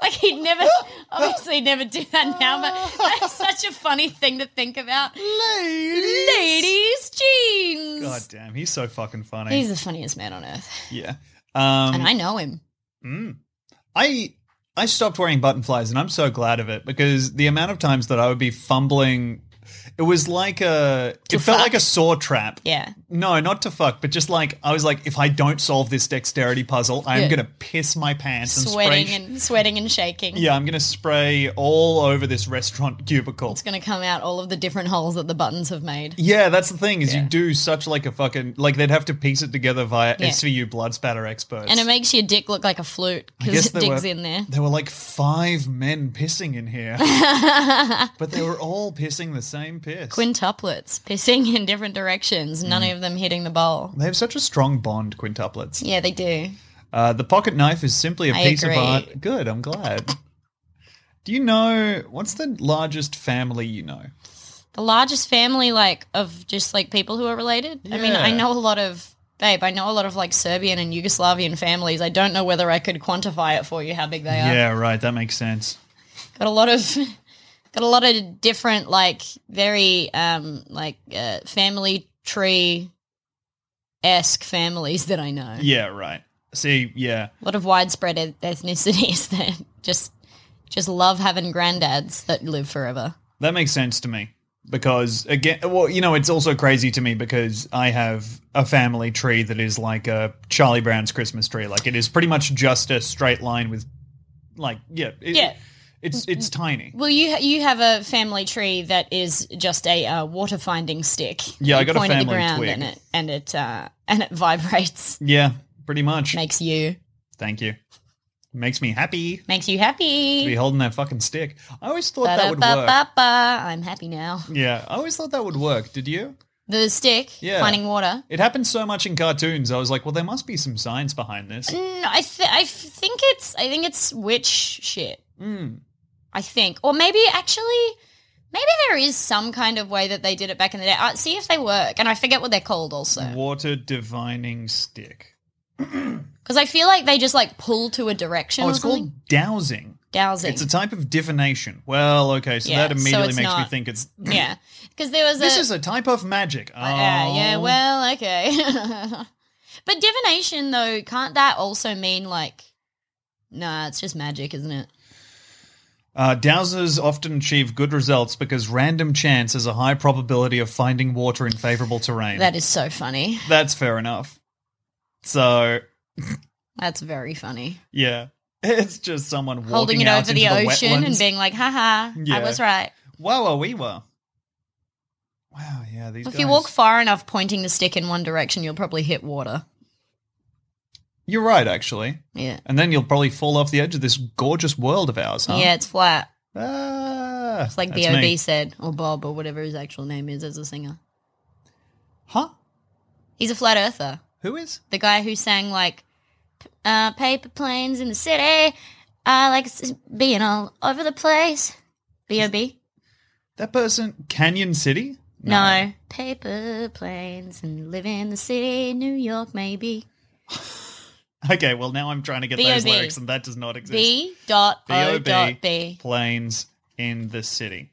C: Like he'd never, obviously, never do that now. But that's such a funny thing to think about.
A: Ladies.
C: Ladies' jeans.
D: God damn, he's so fucking funny.
C: He's the funniest man on earth,
D: yeah. Um,
C: and I know him.
D: I I stopped wearing button flies and I'm so glad of it because the amount of times that I would be fumbling it was like a
C: To
D: it felt
C: fuck?
D: like a saw trap.
C: Yeah.
D: No, not to fuck, but just like I was like if I don't solve this dexterity puzzle, I'm
C: Yeah.
D: going to piss my pants and
C: sweating
D: spray
C: and sweating and shaking.
D: Yeah, I'm going to spray all over this restaurant cubicle.
C: It's going to come out all of the different holes that the buttons have made.
D: Yeah, that's the thing is
C: Yeah.
D: you do such like a fucking like they'd have to piece it together via
C: Yeah.
D: SVU blood spatter experts.
C: And it makes your dick look like a flute
D: I
C: because
D: guess
C: it
D: there
C: digs
D: were-
C: in there.
D: There were like five men pissing in here, but they were all pissing the same piss.
C: Quintuplets pissing in different directions, none
D: Mm.
C: of them hitting the bowl.
D: they have such a strong bond, quintuplets.
C: Yeah, they do.
D: Uh, the pocket knife is simply a
C: I
D: piece
C: agree.
D: of art. Good, I'm glad. Do you know what's the largest family you know?
C: The largest family, like, of just like people who are related. I mean, I
D: Yeah.
C: know a lot of, babe, I know a lot of like Serbian and Yugoslavian families. I don't know whether I could quantify it for you how big they are.
D: Yeah, right. That makes sense.
C: got a lot of got a lot of different like very um like uh, family tree esque families that I know.
D: Yeah, right. See, yeah,
C: A lot of widespread eth- ethnicities that just just love having granddads that live forever.
D: that makes sense to me because again, well, you know, it's also crazy to me because I have a family tree that is like a Charlie Brown's Christmas tree. Like it is pretty much just a straight line with, like, yeah, it-
C: Yeah.
D: it's it's tiny.
C: Well, you ha- you have a family tree that is just a uh, water finding stick.
D: Yeah, I
C: You
D: got a
C: point at the
D: family
C: ground
D: twig.
C: and it and it uh, and it vibrates,
D: Yeah, pretty much.
C: makes you
D: Thank you. Makes me happy to
C: makes you
D: be
C: happy.
D: holding that fucking stick. I always thought that would work.
C: Ba-da-ba-ba-ba. I'm happy now.
D: Yeah, I always thought that would work. Did you?
C: The stick
D: Yeah.
C: finding water.
D: It happens so much in cartoons. I was like, well, there must be some science behind this.
C: No, Mm, I th- I f- think it's I think it's witch shit.
D: Mm.
C: I think, or maybe actually, maybe there is some kind of way that they did it back in the day. Uh, see if they work, and I forget what they're called also,
D: Water divining stick.
C: because I feel like they just like pull to a direction.
D: Oh,
C: or
D: it's
C: something.
D: called dowsing.
C: dowsing.
D: It's a type of divination. Well, okay, so
C: Yeah,
D: that
C: so
D: immediately
C: it's
D: makes me
C: not-
D: think it's
C: yeah, because there was
D: this
C: a,
D: is a type of magic. Oh,
C: Uh, yeah yeah well okay, but divination though can't that also mean like, nah, it's just magic, isn't it?
D: Uh, dowsers often achieve good results because random chance has a high probability of finding water in favorable terrain.
C: That is so funny.
D: That's fair enough. So,
C: That's very funny.
D: yeah, it's just someone walking
C: holding it
D: out
C: over
D: into
C: the ocean
D: wetlands.
C: and being like, haha,
D: Yeah.
C: I was right.
D: Whoa, whoa, we were. Wow, yeah, these.
C: If
D: guys-
C: you walk far enough pointing the stick in one direction, you'll probably hit water.
D: you're right, actually,
C: Yeah.
D: and then you'll probably fall off the edge of this gorgeous world of ours. Huh?
C: Yeah, it's flat.
D: Ah,
C: It's like
D: Oh. that's
C: the OB
D: me.
C: said, or Bob, or whatever his actual name is as a singer.
D: Huh?
C: He's a flat earther.
D: Who is?
C: The guy who sang, like, uh, paper planes in the city. I like s- being all over the place. B.O.B.
D: That person? Canyon City?
C: No. Paper planes and live in the city, New York, maybe.
D: Okay, well now I'm trying to get those
C: B.O.B..
D: lyrics, and that does not exist.
C: B dot O
D: B.O.B..
C: dot B.
D: Planes in the city.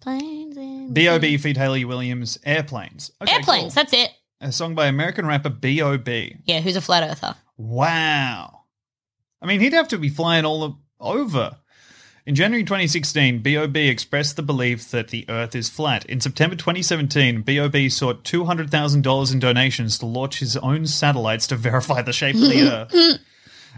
C: Planes in the
D: B.O.B. feed Haley Williams. Airplanes. Okay,
C: Mm-hmm. Airplanes,
D: cool.
C: that's it.
D: A song by American rapper B.O.B.
C: Yeah, who's a flat earther?
D: Wow. I mean, he'd have to be flying all o- over. In January 2016, BOB expressed the belief that the Earth is flat. In September 2017, BOB sought $200,000 in donations to launch his own satellites to verify the shape of the Earth.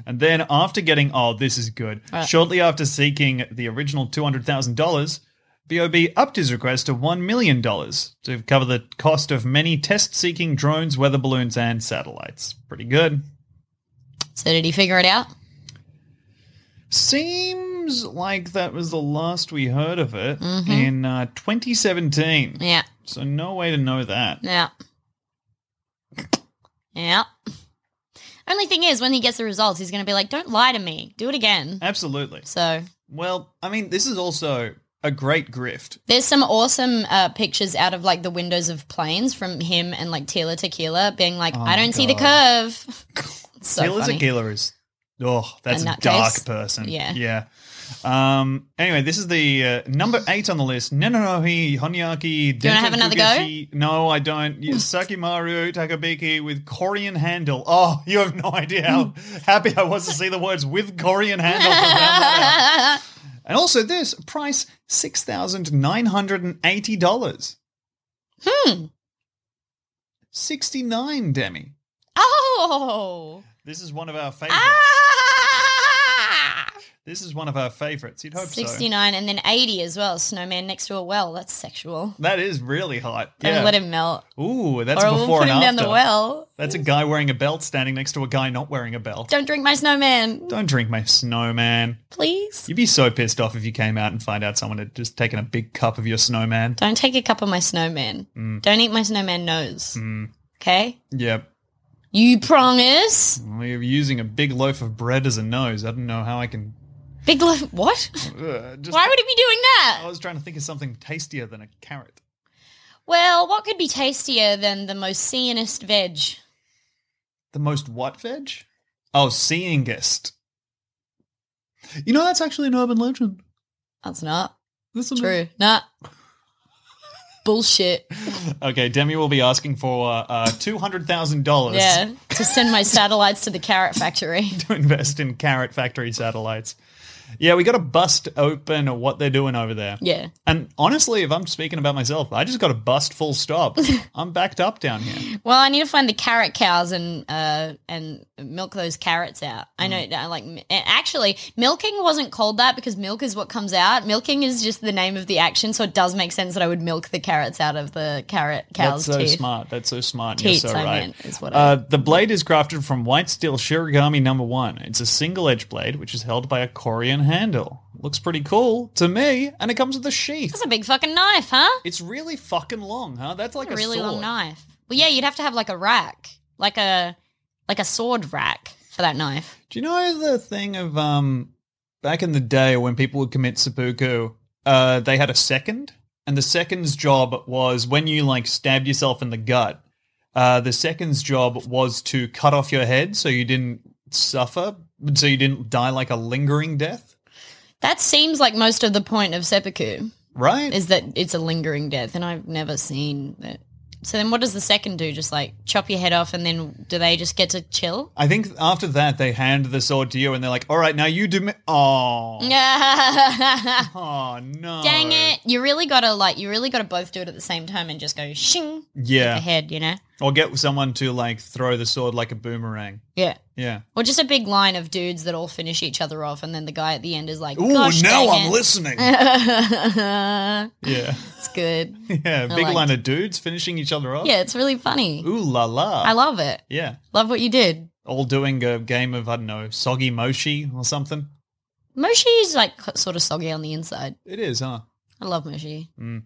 D: And then, after getting, oh, this is good. Shortly after seeking the original $200,000, BOB upped his request to $1 million to cover the cost of many test seeking drones, weather balloons, and satellites. Pretty good.
C: So did he figure it out?
D: Seems like that was the last we heard of it
C: Mm-hmm.
D: in uh, 2017.
C: Yeah.
D: So no way to know that.
C: Yeah. Yeah. Only thing is, when he gets the results, he's going to be like, don't lie to me. Do it again.
D: Absolutely.
C: So
D: Well, I mean, this is also a great grift.
C: there's some awesome uh, pictures out of like the windows of planes from him
D: Oh
C: and like Tila Tequila being like, I don't see the curve. It's so
D: Taylor
C: funny.
D: Tequila is Oh, that's
C: A
D: a
C: nutcase.
D: dark person.
C: Yeah.
D: Yeah. Um, anyway, this is the uh, number eight on the list. Nanonohi Honyaki. Do
C: wanna have another go?
D: No, I don't. Yeah, Sakimaru Takabiki with Korean handle. Oh, you have no idea how happy I was to see the words with Korean handle. to round that out. And also this price six thousand nine hundred and eighty dollars.
C: Hmm.
D: Sixty nine Demi.
C: Oh.
D: This is one of our favorites.
C: Ah.
D: This is one of our favorites. You'd hope so.
C: 69 and then 80 as well. Snowman next to a well. That's sexual.
D: That is really hot.
C: Don't
D: yeah.
C: let him melt.
D: Ooh, that's
C: or
D: before
C: we'll put
D: and
C: him down
D: after.
C: the well.
D: That's a guy wearing a belt standing next to a guy not wearing a belt.
C: Don't drink my snowman,
D: Don't drink my snowman.
C: please.
D: You'd be so pissed off if you came out and find out someone had just taken a big cup of your snowman.
C: Don't take a cup of my snowman.
D: Mm.
C: Don't eat my snowman nose. Okay?
D: Yep.
C: You promise?
D: Well, you're using a big loaf of bread as a nose. I don't know how I can.
C: Big loaf. What?
D: Ugh, just,
C: Why would he be doing
D: I
C: that?
D: was trying to think of something tastier than a carrot.
C: Well, what could be tastier than the most seenest veg?
D: The most what veg? Oh, seeingest. You know, that's actually an urban legend.
C: That's not
D: That's an-
C: true. Nah. Bullshit.
D: Okay, Demi will be asking for uh, uh, $200,000.
C: Yeah. To send my satellites to the carrot factory.
D: to invest in carrot factory satellites. Yeah, we got to bust open what they're doing over there.
C: Yeah.
D: And honestly, if I'm speaking about myself, I just got to bust full stop. I'm backed up down here.
C: Well, I need to find the carrot cows and uh, and milk those carrots out. I know, I like m- actually, milking wasn't called that because milk is what comes out. Milking is just the name of the action, so it does make sense that I would milk the carrots out of the carrot
D: That's
C: cow's
D: so
C: teeth.
D: smart. That's so smart.
C: Teats,
D: You're so
C: I
D: right.
C: meant, is what I-
D: uh, the blade is crafted from white steel Shirigami number one. It's a single edge blade, which is held by a Corian handle. Looks pretty cool to me, and it comes with a sheath.
C: That's a big fucking knife, huh?
D: It's really fucking long, huh? That's like a,
C: a really
D: sword.
C: long knife. Well, yeah, you'd have to have like a rack, like a like a sword rack for that knife.
D: Do you know the thing of um back in the day when people would commit seppuku, uh they had a second and the second's job was when you like stabbed yourself in the gut, uh the second's job was to cut off your head so you didn't suffer, so you didn't die like a lingering death,
C: That seems like most of the point of seppuku.
D: right?
C: is that it's a lingering death, and I've never seen that. So then, what does the second do? Just like chop your head off, and then do they just get to chill?
D: I think after that they hand the sword to you and they're like, "All right, now you do me." Oh,
C: Dang
D: oh no!
C: it! You really gotta like, you really gotta both do it at the same time and just go shing
D: Yeah,
C: ahead, you know?
D: or get someone to like throw the sword like a boomerang.
C: Yeah.
D: Yeah.
C: Or just a big line of dudes that all finish each other off, and then the guy at the end is like,
D: Ooh,
C: Gosh,
D: now
C: dang
D: I'm
C: it."
D: listening. yeah.
C: it's good.
D: Yeah. Big
C: liked
D: line of dudes finishing each other off.
C: Yeah, it's really funny.
D: Ooh la la.
C: I love it.
D: yeah.
C: Love what you did.
D: All doing a game of, I don't know, soggy moshi or something.
C: Moshi is like sort of soggy on the inside.
D: It is, huh?
C: I love Moshi.
D: Mm.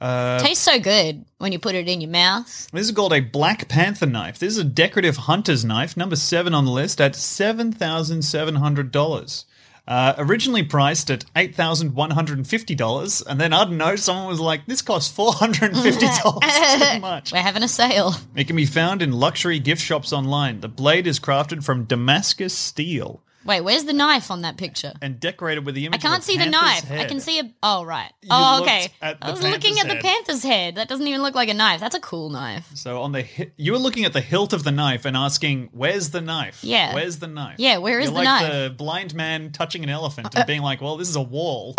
D: Uh,
C: Tastes so good when you put it in your mouth.
D: this is called a Black Panther knife. This is a decorative hunter's knife, number seven on the list, at $7,700. Uh, originally priced at $8,150. And then, I don't know, someone was like, this costs $450 too much.
C: We're having a sale.
D: It can be found in luxury gift shops online. The blade is crafted from Damascus steel
C: Wait, where's the knife on that picture?
D: and decorated with the
C: I
D: image.
C: can't
D: of a
C: see the
D: panther's
C: knife. I
D: head.
C: can see a. Oh, right. oh,
D: looked
C: okay.
D: at
C: I
D: the
C: was looking
D: panther's
C: at the
D: head.
C: panther's head. That doesn't even look like a knife. That's a cool knife.
D: So on the hi- you were looking at the hilt of the knife and asking, "Where's the knife?
C: Yeah.
D: where's the knife?
C: Yeah, where is
D: You're
C: the
D: like
C: knife? Uh,
D: The blind man touching an elephant and being like, "Well, this is a wall."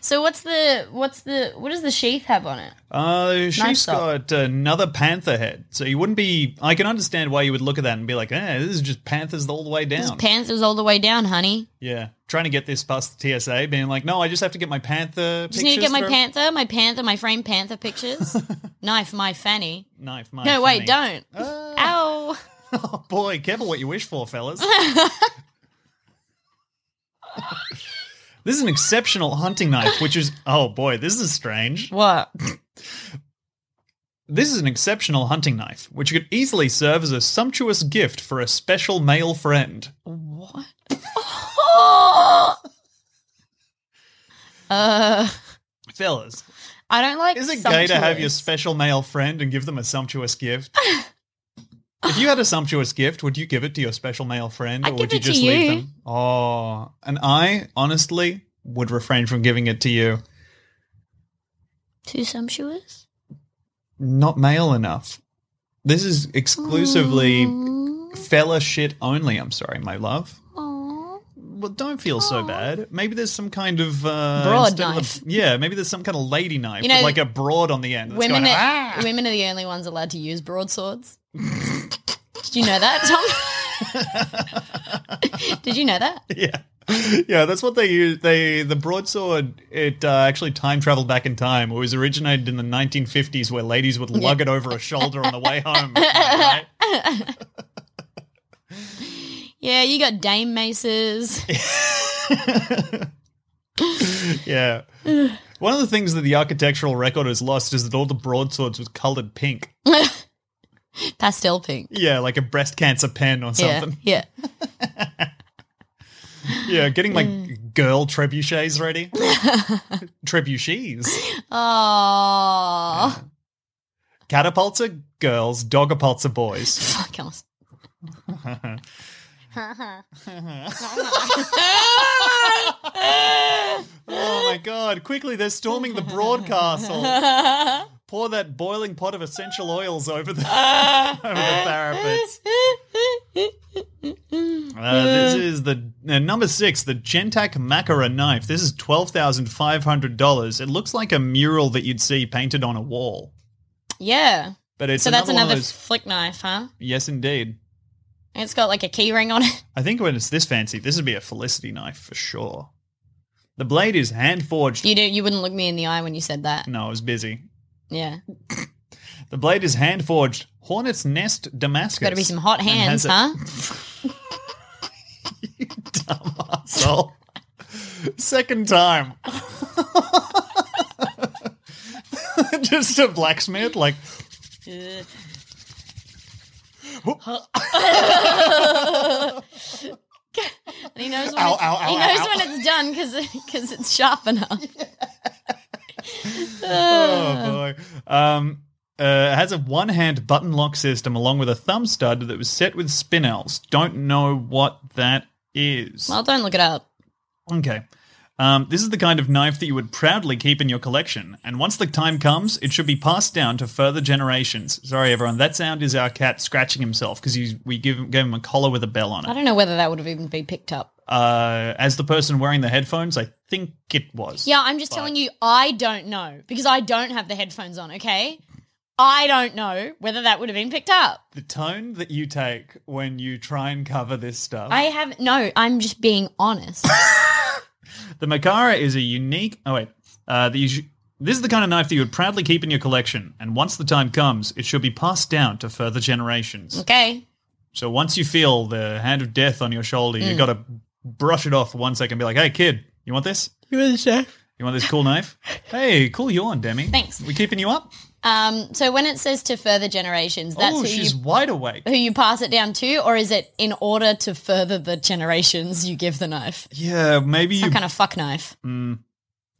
C: So what's the what's the what does the sheath have on it?
D: Uh, she's
C: up.
D: got another panther head, so you wouldn't be. I can understand why you would look at that and be like, "Eh, this is just panthers all the way
C: This
D: down."
C: panther's all the way down, honey.
D: yeah, trying to get this past the TSA, being like, "No, I just have to get my panther."
C: Just need to get my
D: pictures through."
C: panther, my panther, my framed panther pictures. knife, my fanny.
D: knife. My
C: No, wait,
D: fanny. Uh,
C: don't. Ow.
D: Ah. Oh boy, careful what you wish for, fellas. this is an exceptional hunting knife, which is oh boy, this is strange.
C: What?
D: This is an exceptional hunting knife, which could easily serve as a sumptuous gift for a special male friend.
C: What? uh, I
D: Fellas,
C: don't like.
D: is it gay
C: sumptuous.
D: to have your special male friend and give them a sumptuous gift? If you had a sumptuous gift, would you give it to your special male friend,
C: I'd
D: or
C: give
D: would you
C: it to
D: just leave
C: you.
D: them? Oh, and I honestly would refrain from giving it to you.
C: Too sumptuous?
D: Not male enough. This is exclusively fella shit only. I'm sorry, my love.
C: Aww.
D: Well, don't feel so bad. Maybe there's some kind of uh,
C: Broad
D: instead of a-
C: knife.
D: yeah, maybe there's some kind of lady knife
C: You know,
D: with like a broad on the end. That's
C: Women
D: going,
C: are,
D: "Ah!"
C: women are the only ones allowed to use broadswords. Did you know that, Tom? Did you know that?
D: yeah, yeah. That's what they use. They the broadsword. It uh, actually time traveled back in time. It was originated in the 1950s, where ladies would lug it over a shoulder on the way home. Right?
C: Yeah, you got dame maces.
D: Yeah. One of the things that the architectural record has lost is that all the broadswords was coloured pink.
C: Pastel pink.
D: Yeah, like a breast cancer pen or something.
C: Yeah,
D: Yeah, getting
C: Mm.
D: like girl trebuchets ready. trebuchets.
C: yeah. Oh,
D: Catapults are girls, dogapults are boys.
C: fuck us.
D: Oh my god, quickly, they're storming the broadcastle. Pour that boiling pot of essential oils over the,
C: Ah.
D: over the parapets. Uh, this is the uh, number six, the Gentac Macara knife. This is $12,500. It looks like a mural that you'd see painted on a wall.
C: yeah.
D: But it's
C: So that's
D: another one of
C: another
D: those-
C: flick knife, huh?
D: yes, indeed.
C: And It's got like a key ring on it.
D: I think when it's this fancy, this would be a Felicity knife for sure. The blade is hand forged.
C: You do, you wouldn't look me in the eye when you said that.
D: No, I was busy.
C: Yeah.
D: The blade is hand forged. Hornet's nest Damascus.
C: Gotta be some hot
D: And
C: hands,
D: has a-
C: huh?
D: Dumb asshole. Second time. Just a blacksmith, like.
C: And he knows when,
D: Ow,
C: it's,
D: ow, ow,
C: he
D: ow,
C: knows
D: ow.
C: when it's done because it's sharp enough.
D: Oh boy. Um, uh, it has a one hand button lock system along with a thumb stud that was set with spinels. Don't know what that is.
C: Well, don't look it up.
D: Okay. Um, this is the kind of knife that you would proudly keep in your collection, and once the time comes, it should be passed down to further generations. Sorry, everyone, that sound is our cat scratching himself because we give him, gave him a collar with a bell on
C: I
D: it.
C: don't know whether that would have even been picked up.
D: Uh, as the person wearing the headphones, I think it was.
C: Yeah, I'm just telling you, I don't know because I don't have the headphones on, okay? I don't know whether that would have been picked up.
D: The tone that you take when you try and cover this stuff.
C: I have, no, I'm just being honest.
D: The Makara is a unique. Oh wait, uh, the, this is the kind of knife that you would proudly keep in your collection, and once the time comes, it should be passed down to further generations.
C: okay?
D: So once you feel the hand of death on your shoulder,
C: Mm.
D: you got to brush it off for one second. And be like, "Hey, kid, you want this?
C: You were the chef.
D: You want this cool knife? Hey, cool yawn, Demi.
C: Thanks.
D: We keeping you up?
C: Um, so when it says to further generations, that's
D: oh,
C: who,
D: she's
C: you,
D: wide awake.
C: who you pass it down to, or is it in order to further the generations you give the knife?
D: Yeah, maybe you
C: Some kind of fuck knife.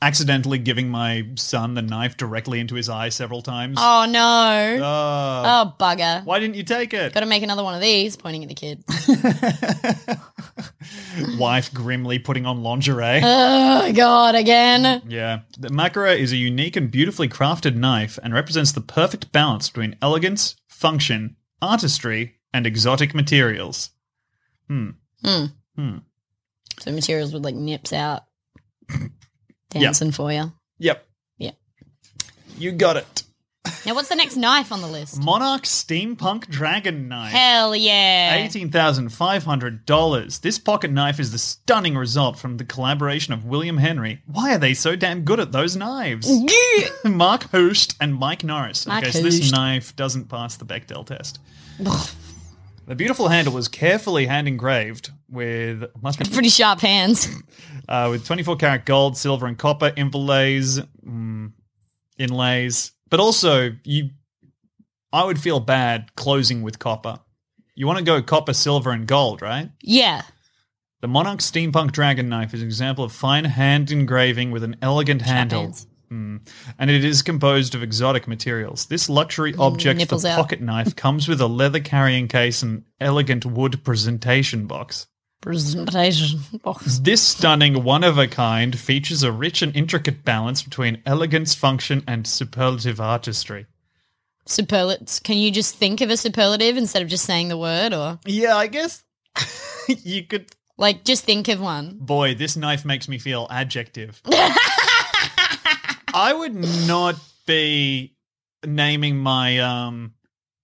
D: accidentally giving my son the knife directly into his eye several times.
C: Oh no.
D: Uh,
C: Oh bugger.
D: why didn't you take it?
C: Gotta make another one of these, pointing at the kid.
D: Wife grimly putting on lingerie.
C: oh god, again.
D: Yeah. The Makara is a unique and beautifully crafted knife and represents the perfect balance between elegance, function, artistry, and exotic materials.
C: So materials with like nips out.
D: Yeah.
C: Dancing for you.
D: Yep.
C: Yeah.
D: You got it.
C: Now what's the next knife on the list?
D: Monarch Steampunk Dragon Knife.
C: Hell yeah.
D: $18,500. This pocket knife is the stunning result from the collaboration of William Henry. Why are they so damn good at those knives? Mark Hoost and Mike Norris.
C: Mark
D: okay, so this
C: Hoost.
D: knife doesn't pass the Bechdel test. the beautiful handle was carefully hand engraved with must be
C: Pretty sharp hands.
D: uh, with 24 karat gold, silver, and copper inlays, mm, inlays. But also, you, I would feel bad closing with copper. You want to go copper, silver, and gold, right?
C: Yeah.
D: The Monarch Steampunk Dragon Knife is an example of fine hand engraving with an elegant handle. Hmm.
C: hands.
D: and it is composed of exotic materials. This luxury object,
E: Mm, nipples
D: the
E: out.
D: pocket knife, comes with a leather carrying case and elegant wood presentation box.
E: Presentation box.
D: This stunning one of a kind features a rich and intricate balance between elegance, function, and superlative artistry.
E: Superlatives. Can you just think of a superlative instead of just saying the word or
D: Yeah, I guess you could.
E: like just think of one?
D: Boy, this knife makes me feel adjective. I would not be naming my um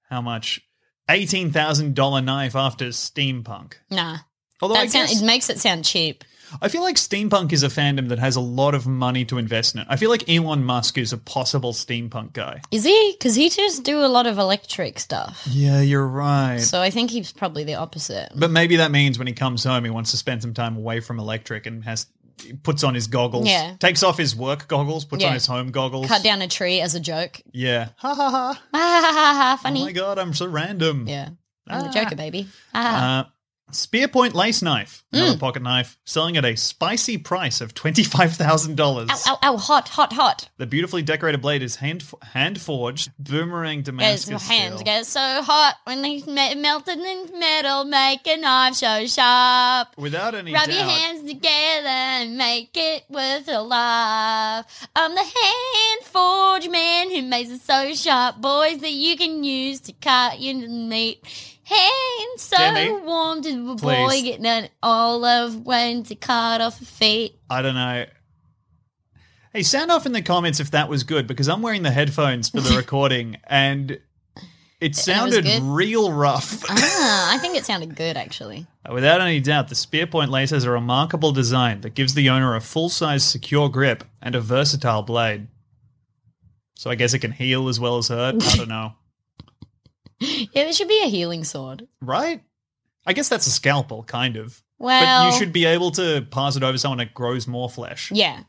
D: how much eighteen thousand dollar knife after steampunk.
E: Nah.
D: Although I
E: That sound,
D: guess,
E: it makes it sound cheap.
D: I feel like steampunk is a fandom that has a lot of money to invest in it. I feel like Elon Musk is a possible steampunk guy.
E: Is he? Because he just do a lot of electric stuff.
D: Yeah, you're right.
E: So I think he's probably the opposite.
D: but maybe that means when he comes home, he wants to spend some time away from electric and has he puts on his goggles,
E: Yeah.
D: takes off his work goggles, puts on
E: Yeah.
D: his home goggles.
E: Cut down a tree as a joke.
D: Yeah. Ha ha ha.
E: Ah, ha, ha, ha,
D: Oh
E: funny.
D: my god, I'm so random.
E: Yeah. I'm the Joker, baby. Ah.
D: Uh, Spearpoint lace knife, another
E: Mm.
D: pocket knife, selling at a spicy price of twenty five thousand dollars.
E: ow, ow, ow, hot, hot, hot.
D: The beautifully decorated blade is hand hand forged, boomerang
E: As
D: Damascus
E: my hands
D: steel.
E: get so hot when they me- melted in metal, make a knife so sharp.
D: Without any
E: Rub
D: doubt,
E: your hands together and make it worth a laugh. I'm the hand forged man who makes it so sharp, boys, that you can use to cut your meat. Hands so
D: Demi,
E: warm to the boy
D: please.
E: getting an olive when to cut off a feet.
D: I don't know. Hey, sound off in the comments if that was good because I'm wearing the headphones for the recording and it sounded
E: good?
D: real rough.
E: Ah, I think it sounded good actually.
D: Uh, Without any doubt, the Spearpoint Lace has a remarkable design that gives the owner a full size secure grip and a versatile blade. So I guess it can heal as well as hurt. I don't know.
E: Yeah, there should be a healing sword.
D: Right? I guess that's a scalpel, kind of.
E: Well,
D: but you should be able to pass it over someone that grows more flesh.
E: Yeah,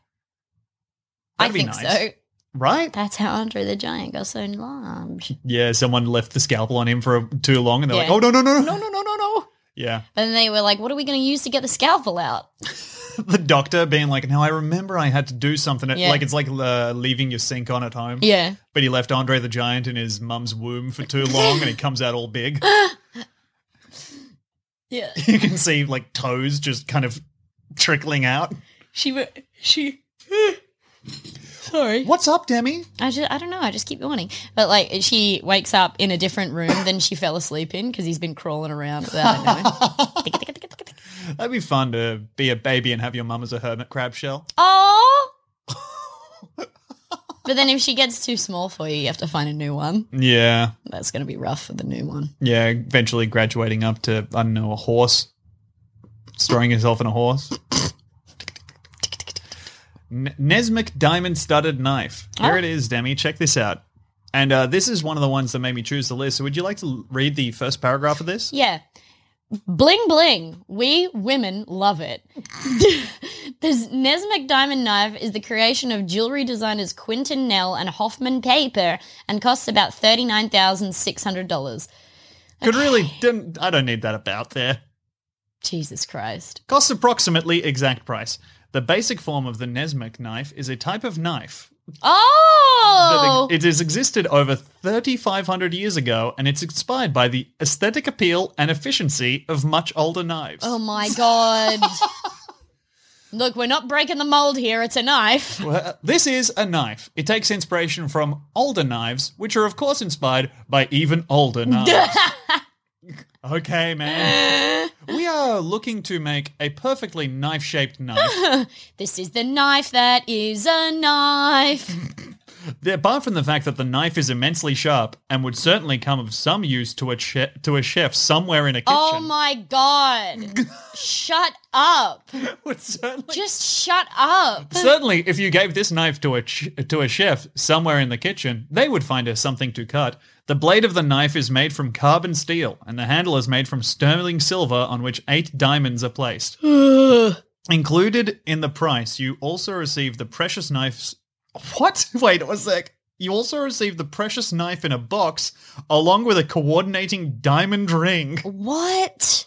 E: I
D: That'd be
E: think
D: nice.
E: so.
D: Right?
E: That's how Andre the Giant got so large.
D: Yeah, someone left the scalpel on him for a, too long and they're
E: Yeah.
D: like, oh, no, no, no,
E: No, no, no, no, no.
D: Yeah.
E: And they were like, "What are we going to use to get the scalpel out?"
D: The doctor being like, now I remember I had to do something.
E: Yeah.
D: Like, it's like uh, leaving your sink on at home.
E: Yeah,
D: But he left Andre the Giant in his mum's womb for too long and he comes out all big.
E: yeah.
D: You can see like toes just kind of trickling out.
E: She, wa- she. Sorry.
D: What's up, Demi?
E: I just, I don't know. I just keep yawning. But like, she wakes up in a different room than she fell asleep in because he's been crawling around without her knowing.
D: That'd be fun to be a baby and have your mum as a hermit crab shell.
E: Oh. But then if she gets too small for you, you have to find a new one.
D: Yeah.
E: That's going to be rough for the new one.
D: Yeah. Eventually graduating up to, I don't know, a horse. Just Throwing yourself in a horse. N- Nesmic diamond studded knife. Here
E: Oh.
D: it is, Demi. Check this out. And uh, this is one of the ones that made me choose the list. So, would you like to l- read the first paragraph of this?
E: Yeah. Bling bling. We women love it. this Nesmic diamond knife is the creation of jewelry designers Quinton Nell and Hoffman Paper and costs about $39,600.
D: Could really didn't I don't need that about there.
E: Jesus Christ.
D: Costs approximately exact price. The basic form of the Nesmic knife is a type of knife. that e-
E: Oh!
D: It has existed over 3,500 years ago, and it's inspired by the aesthetic appeal and efficiency of much older knives.
E: oh my God. Look, we're not breaking the mold here. It's a knife.
D: Well, this is a knife. It takes inspiration from older knives, which are, of course, inspired by even older knives. okay, man. We are looking to make a perfectly knife shaped knife.
E: This is the knife that is a knife.
D: The- Apart from the fact that the knife is immensely sharp and would certainly come of some use to a che- to a chef somewhere in a kitchen,
E: Oh my God. Shut up.
D: would certainly
E: Just shut up.
D: certainly if you gave this knife to a ch- to a chef somewhere in the kitchen, they would find us something to cut. The blade of the knife is made from carbon steel, and the handle is made from sterling silver, on which eight diamonds are placed. Included in the price, you also receive the precious knives. What? Wait a sec. You also receive the precious knife in a box, along with a coordinating diamond ring.
E: What?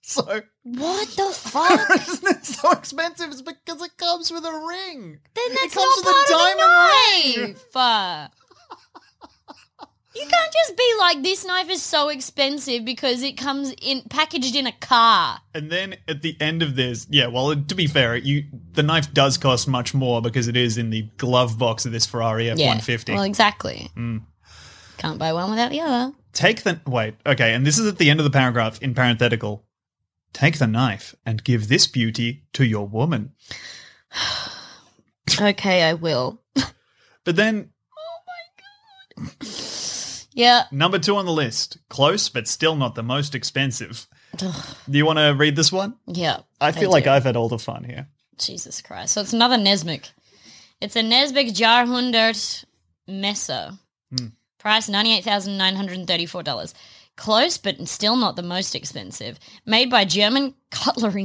D: So
C: What the fuck?
D: isn't it so expensive? It's because it comes with a ring.
C: Then
D: it
C: that's not
D: comes with
C: part
D: a diamond
C: of the
D: ring.
C: knife. Uh, you can't just be like this knife is so expensive because it comes in packaged in a car.
D: And then at the end of this, yeah. Well, to be fair, you the knife does cost much more because it is in the glove box of this Ferrari F one fifty. Mm.
C: Well, exactly. Can't buy one without the other.
D: Take the wait, okay, and this is at the end of the paragraph in parenthetical. Take the knife and give this beauty to your woman.
C: Okay, I will.
D: But then
C: Yeah.
D: number two on the list, close but still not the most expensive. Do you want to read this one?
C: Yeah.
D: I feel like I've had all the fun here.
C: Jesus Christ. So it's another Nesmik. It's a Nesmik Jarhundert Messer. Price $98,934. Close, but still not the most expensive. Made by German cutlery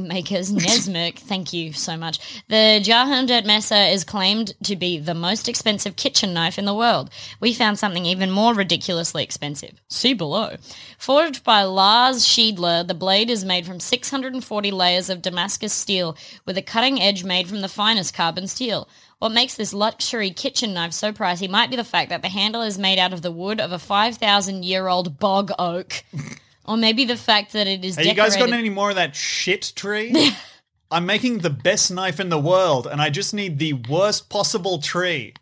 C: makers Nesmik. Thank you so much. The Jarhundert Messer is claimed to be the most expensive kitchen knife in the world. We found something even more ridiculously expensive. See below. Forged by Lars Schiedler, the blade is made from 640 layers of Damascus steel with a cutting edge made from the finest carbon steel. What makes this luxury kitchen knife so pricey might be the fact that the handle is made out of the wood of a 5,000 year old bog oak. Or maybe the fact that it is
D: Have you
C: decorated.
D: guys gotten any more of that shit tree? I'm making the best knife in the world, and I just need the worst possible tree.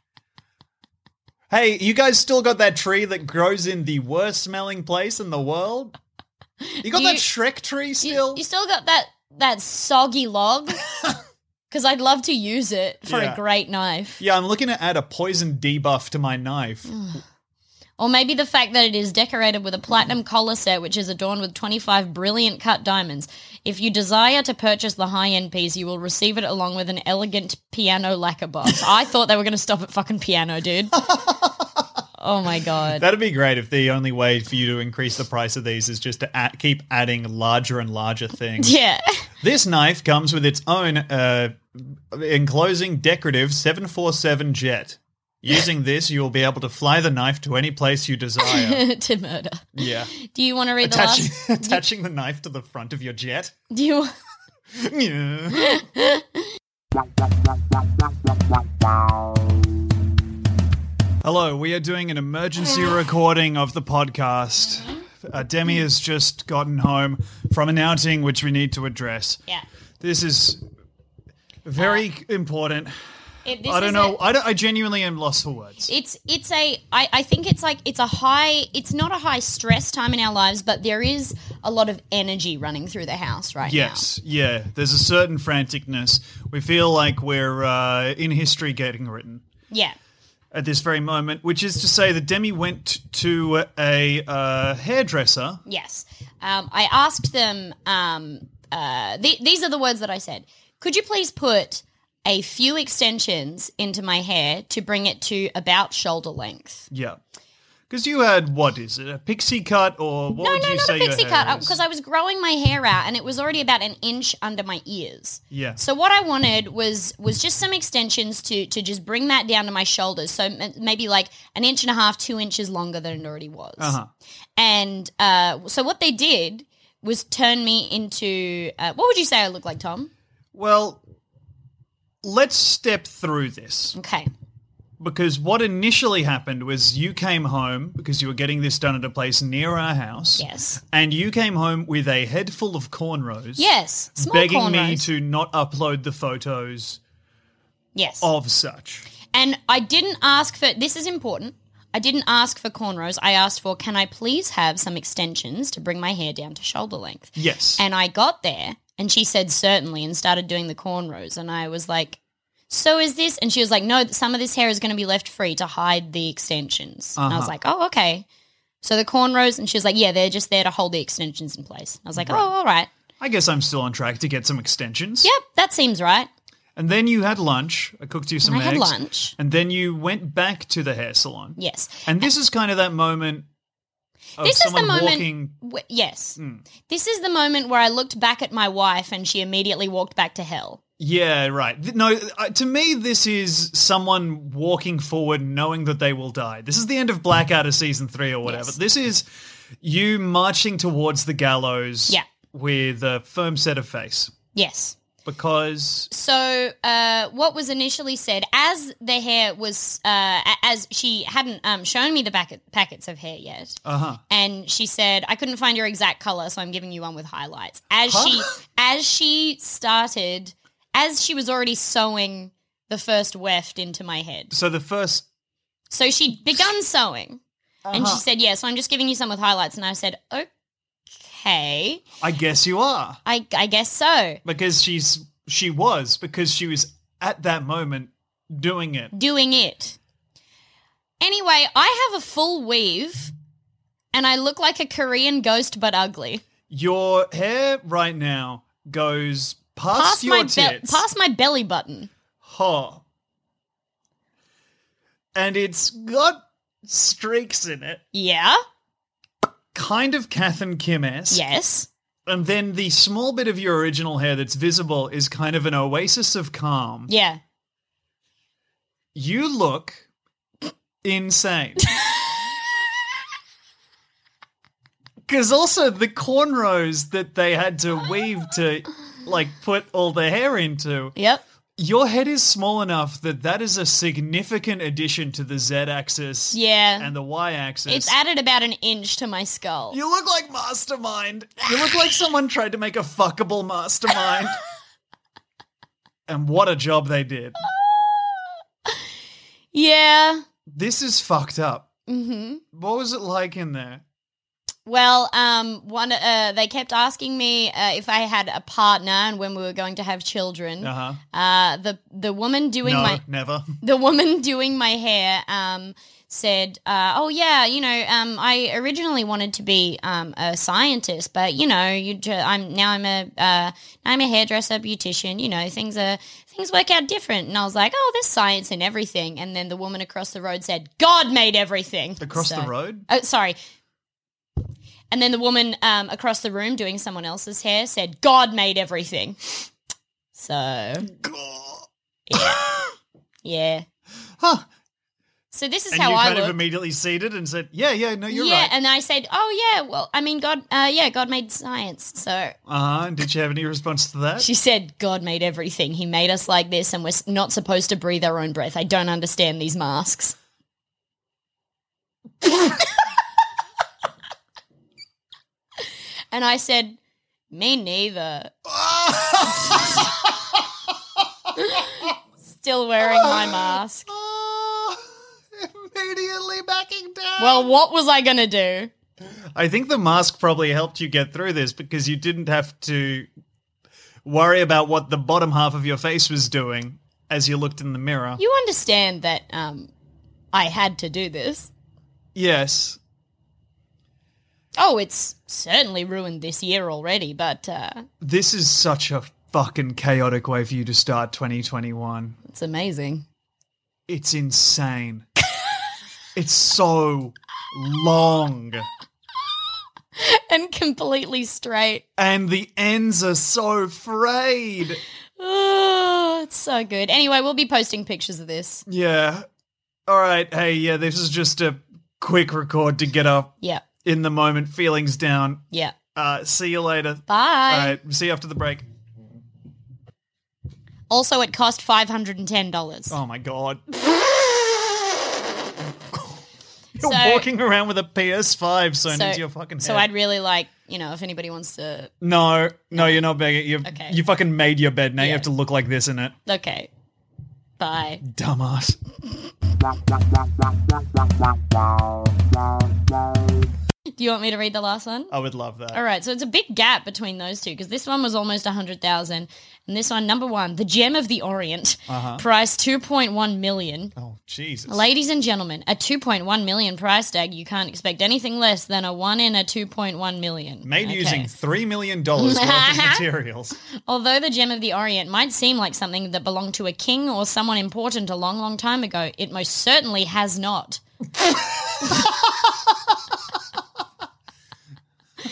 D: Hey, you guys still got that tree that grows in the worst smelling place in the world? You got
C: You-
D: that Shrek tree
C: You-
D: still?
C: You, still got that that soggy log? Because I'd love to use it for
D: Yeah.
C: a great knife.
D: yeah, I'm looking to add a poison debuff to my knife.
C: Mm. Or maybe the fact that it is decorated with a platinum collar set, which is adorned with 25 brilliant cut diamonds. If you desire to purchase the high end piece, you will receive it along with an elegant piano lacquer box. I thought they were going to stop at fucking piano, dude. oh my God.
D: That'd be great if the only way for you to increase the price of these is just to add, keep adding larger and larger things.
C: yeah.
D: This knife comes with its own uh, enclosing decorative 747 jet. Using this, you will be able to fly the knife to any place you desire.
C: to murder.
D: yeah.
C: Do you want to read
D: Attaching,
C: the last?
D: attaching the knife to the front of your jet.
C: Do you.
D: Yeah. Hello, we are doing an emergency recording of the podcast. Uh, Demi has just gotten home from an outing which we need to address.
C: Yeah.
D: This is very important.
C: It- this
D: I don't
C: is
D: know.
C: a-
D: I, don't, I genuinely am lost for words.
C: it's it's a I, I think it's like it's a high it's not a high stress time in our lives but there is a lot of energy running through the house right
D: Yes, yeah. There's a certain franticness. We feel like we're uh, in history getting written
C: now yeah
D: at this very moment, which is to say that Demi went to a uh, hairdresser.
C: yes um, i asked them um, uh, th- these are the words that i said could you please put a few extensions into my hair to bring it to about shoulder length
D: Yeah. Because you had, what is it, a pixie cut or what
C: no
D: would
C: no
D: you
C: not
D: say
C: a pixie
D: your
C: cut
D: hair is?
C: because i was growing my hair out and it was already about an inch under my ears
D: Yeah.
C: So what I wanted was was just some extensions to to just bring that down to my shoulders. So m- maybe like an inch and a half, two inches longer than it already was.
D: Uh-huh.
C: And uh, so what they did was turn me into uh, what would you say I look like, Tom?
D: Well, let's step through this.
C: Okay.
D: because what initially happened was you came home because you were getting this done at a place near our house.
C: Yes.
D: And you came home with a head full of cornrows.
C: Yes. Small
D: begging
C: cornrows.
D: me to not upload the photos
C: Yes.
D: of such.
C: And I didn't ask for this is important. I didn't ask for cornrows. I asked for can I please have some extensions to bring my hair down to shoulder length.
D: Yes.
C: And I got there and she said certainly and started doing the cornrows and I was like so is this and she was like no some of this hair is going to be left free to hide the extensions. And I was like oh okay. So the cornrows and she was like yeah they're just there to hold the extensions in place. I was like oh all right.
D: I guess I'm still on track to get some extensions.
C: Yep, that seems right.
D: And then you had lunch. I cooked you some
C: I
D: eggs.
C: had lunch.
D: And then you went back to the hair salon.
C: Yes.
D: And this is kind of that moment of
C: This is the
D: someone
C: moment.
D: walking
C: w- yes, this is the moment where I looked back at my wife and she immediately walked back to hell.
D: Yeah, right. Th- No, uh, to me, this is someone walking forward knowing that they will die. This is the end of Black Adder season three or whatever.
C: Yes.
D: This is you marching towards the gallows
C: Yeah.
D: with a firm set of face
C: Yes.
D: because
C: So, uh, what was initially said, as the hair was, uh, a- as she hadn't um, shown me the packet, packets of hair yet, uh-huh. and she said, "I couldn't find your exact color, so I'm giving you one with highlights." As she, as she started, as she was already sewing the first weft into my head,
D: so the first
C: so she'd begun sewing, and
D: Uh-huh.
C: she said, "Yeah, so I'm just giving you some with highlights," and I said, "Okay,
D: I guess you are
C: I, I guess so."
D: because she's she was because she was at that moment doing it.
C: doing it. Anyway, I have a full weave and I look like a Korean ghost but ugly.
D: Your hair right now goes past,
C: Past
D: your
C: my
D: tits.
C: be- past my belly button.
D: Ha. And it's got streaks in it,
C: Yeah.
D: kind of Kath and Kim esque.
C: Yes.
D: And then the small bit of your original hair that's visible is kind of an oasis of calm.
C: Yeah.
D: You look insane. Because also the cornrows that they had to weave to like put all the hair into,
C: Yep.
D: your head is small enough that that is a significant addition to the Z axis
C: Yeah.
D: and the Y axis.
C: it's added about an inch to my skull.
D: you look like Mastermind. You look like someone tried to make a fuckable Mastermind. and what a job they did.
C: yeah.
D: This is fucked up.
C: Mhm.
D: What was it like in there?
C: Well, um one uh they kept asking me uh, if I had a partner and when we were going to have children.
D: Uh huh.
C: Uh the the woman doing
D: no,
C: my
D: never.
C: the woman doing my hair um, said, uh, "Oh yeah, you know, um, I originally wanted to be um, a scientist, but you know, you ju- I'm now I'm a uh, now I'm a hairdresser, beautician. You know, things are things work out different." And I was like, "Oh, there's science in everything." And then the woman across the road said, "God made everything."
D: Across
C: So-
D: the road?
C: Oh, sorry. And then the woman um, across the room doing someone else's hair said, "God made everything." So yeah.
D: Huh.
C: So this is
D: And
C: how
D: you
C: I
D: kind
C: look.
D: of immediately seated and said, Yeah, yeah, no, you're
C: yeah,
D: right.
C: and I said, "Oh yeah, well, I mean, God, uh, yeah, God made science." So
D: uh huh. Did you have any response to that?
C: she said, "God made everything. He made us like this, and we're s- not supposed to breathe our own breath. I don't understand these masks." and I said, "Me neither." Still wearing my mask.
D: Ah, immediately backing down.
C: Well, what was I gonna do?
D: I think the mask probably helped you get through this because you didn't have to worry about what the bottom half of your face was doing as you looked in the mirror.
C: You understand that um, I had to do this.
D: yes.
C: Oh, it's certainly ruined this year already, but uh,
D: This is such a fucking chaotic way for you to start 2021.
C: it's amazing.
D: It's insane. it's so long.
C: and completely straight.
D: And the ends are so frayed.
C: Oh, it's so good. Anyway, we'll be posting pictures of this.
D: Yeah. All right. Hey, yeah, this is just a quick record to get up
C: Yeah,
D: in the moment, feelings down.
C: yeah.
D: Uh, see you later. All
C: Bye.
D: right. See you after the break.
C: Also, it cost $510.
D: Oh my God. You're
C: So-
D: walking around with a PS5 sewn
C: so,
D: into your fucking head.
C: so I'd really like, you know, if anybody wants to.
D: No, no, you're not begging. You've,
C: Okay.
D: You fucking made your bed. Now you
C: Yeah.
D: have to look like this in it.
C: Okay. Bye.
D: Dumbass.
C: Do you want me to read the last one?
D: I would love that.
C: All right, so it's a big gap between those two because this one was almost 100,000 and this one number 1, The Gem of the Orient, price 2.1 million.
D: Oh, Jesus.
C: Ladies and gentlemen, a 2.1 million price tag, you can't expect anything less than a 1 in a 2.1 million.
D: Made
C: Okay.
D: using $3 million worth of materials.
C: Although the gem of the Orient might seem like something that belonged to a king or someone important a long, long time ago, it most certainly has not.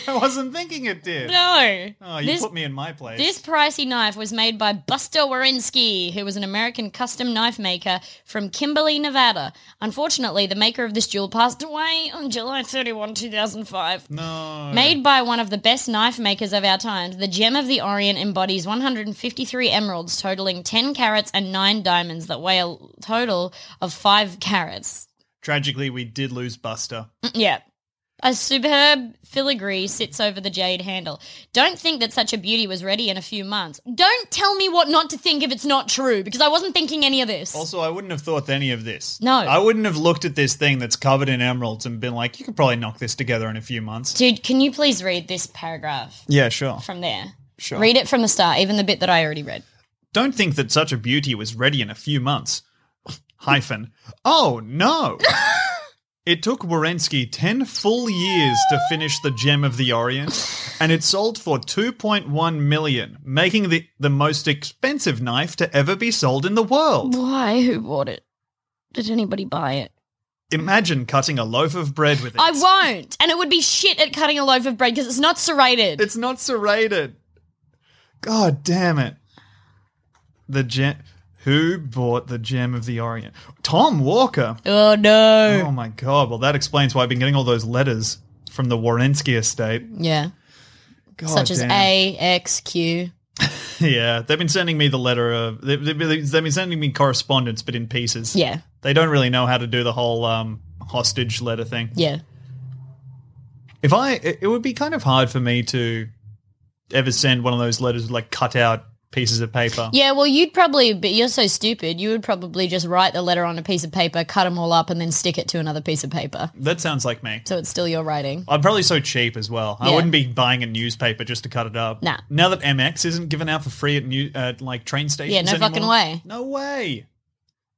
D: I wasn't thinking it did.
C: No.
D: Oh, you
C: this,
D: put me in my place.
C: this pricey knife was made by Buster Warinsky, who was an American custom knife maker from Kimberly, Nevada. Unfortunately, the maker of this jewel passed away on July 31, 2005.
D: no.
C: Made by one of the best knife makers of our times, the Gem of the Orient embodies 153 emeralds totaling 10 carats and 9 diamonds that weigh a total of 5 carats. Mm,
D: Tragically, we did lose Buster.
C: Yeah. A superb filigree sits over the jade handle. Don't think that such a beauty was ready in a few months. Don't tell me what not to think if it's not true, because I wasn't thinking any of this.
D: Also, I wouldn't have thought any of this.
C: No.
D: I wouldn't have looked at this thing that's covered in emeralds and been like, you could probably knock this together in a few months.
C: Dude, can you please read this paragraph
D: Yeah, sure.
C: from there?
D: Sure.
C: Read it from the start, even the bit that I already read.
D: Don't think that such a beauty was ready in a few months. Hyphen. Oh, no. it took Wierenski 10 full years to finish The Gem of the Orient, and it sold for 2.1 million, making the, the most expensive knife to ever be sold in the world.
C: Why? Who bought it? Did anybody buy it?
D: Imagine cutting a loaf of bread with it.
C: I won't. And it would be shit at cutting a loaf of bread because it's not serrated.
D: It's not serrated. God damn it. The gem. Who bought the gem of the Orient? Tom Walker.
C: oh no.
D: Oh my god. Well, that explains why I've been getting all those letters from the Warrensky estate.
C: Yeah.
D: God
C: Such as
D: damn.
C: A, X, Q.
D: Yeah, they've been sending me the letter of. They've, they've been- they've been sending me correspondence, but in pieces.
C: Yeah.
D: They don't really know how to do the whole um, hostage letter thing.
C: Yeah.
D: If I, it it would be kind of hard for me to ever send one of those letters with like cut out pieces of paper.
C: Yeah, well, you'd probably, but you're so stupid, you would probably just write the letter on a piece of paper, cut them all up, and then stick it to another piece of paper.
D: That sounds like me.
C: So it's still your writing.
D: I'm probably so cheap as well. I
C: Yeah.
D: wouldn't be buying a newspaper just to cut it up.
C: Nah.
D: Now that MX isn't given out for free at new at like train stations.
C: Yeah, no
D: anymore,
C: fucking way.
D: No way.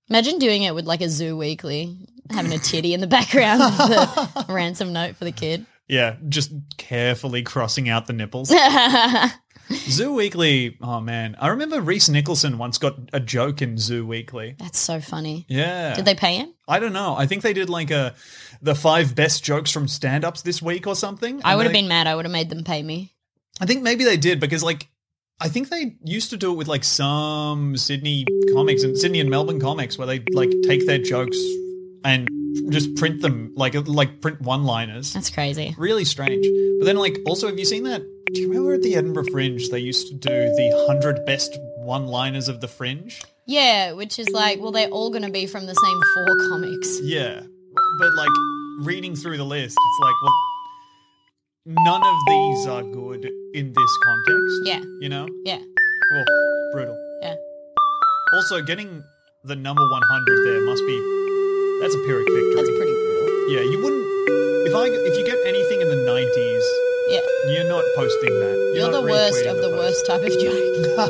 C: Imagine doing it with like a zoo weekly, having a titty in the background of the ransom note for the kid.
D: Yeah, just carefully crossing out the nipples. Zoo Weekly. Oh man, I remember Reese Nicholson once got a joke in Zoo Weekly.
C: That's so funny.
D: Yeah.
C: Did they pay him?
D: I don't know. I think they did like a the five best jokes from stand-ups this week or something.
C: I
D: and
C: would have
D: they-
C: been mad. I would have made them pay me.
D: I think maybe they did because like I think they used to do it with like some Sydney comics and Sydney and Melbourne comics where they like take their jokes and just print them like like print one liners.
C: That's crazy.
D: Really strange. But then like also have you seen that? Do you remember at the Edinburgh Fringe they used to do the hundred best one liners of the Fringe?
C: Yeah, which is like, well, they're all going to be from the same four comics.
D: Yeah, but like reading through the list, it's like well. None of these are good in this context.
C: Yeah.
D: You know?
C: Yeah,
D: Well, brutal.
C: yeah.
D: Also, getting the number 100 there must be that's a pyrrhic victory.
C: That's pretty brutal.
D: yeah, you wouldn't if I if you get anything in the 90s,
C: Yeah.
D: you're not posting that.
C: You're,
D: not
C: the worst
D: retweeting
C: of the worst
D: post.
C: type of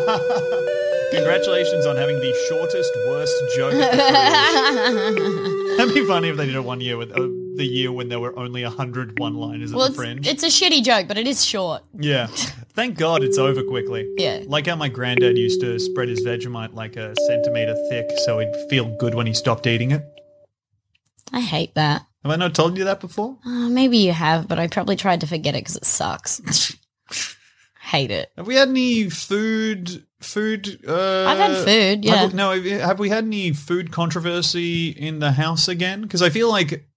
C: joke.
D: Congratulations on having the shortest worst joke. of the fringe. That'd be funny if they did it one year with uh, the year when there were only 100 one-liners
C: Well,
D: at the fringe.
C: it's, it's a shitty joke, but it is short.
D: Yeah. Thank God it's over quickly.
C: Yeah.
D: Like how my granddad used to spread his Vegemite like a centimeter thick so he'd feel good when he stopped eating it.
C: I hate that.
D: Have I not told you that before?
C: Oh, maybe you have, but I probably tried to forget it because it sucks. hate it.
D: Have we had any food food uh
C: I've had food, yeah.
D: have we- no, have you- have we had any food controversy in the house again? Cuz I feel like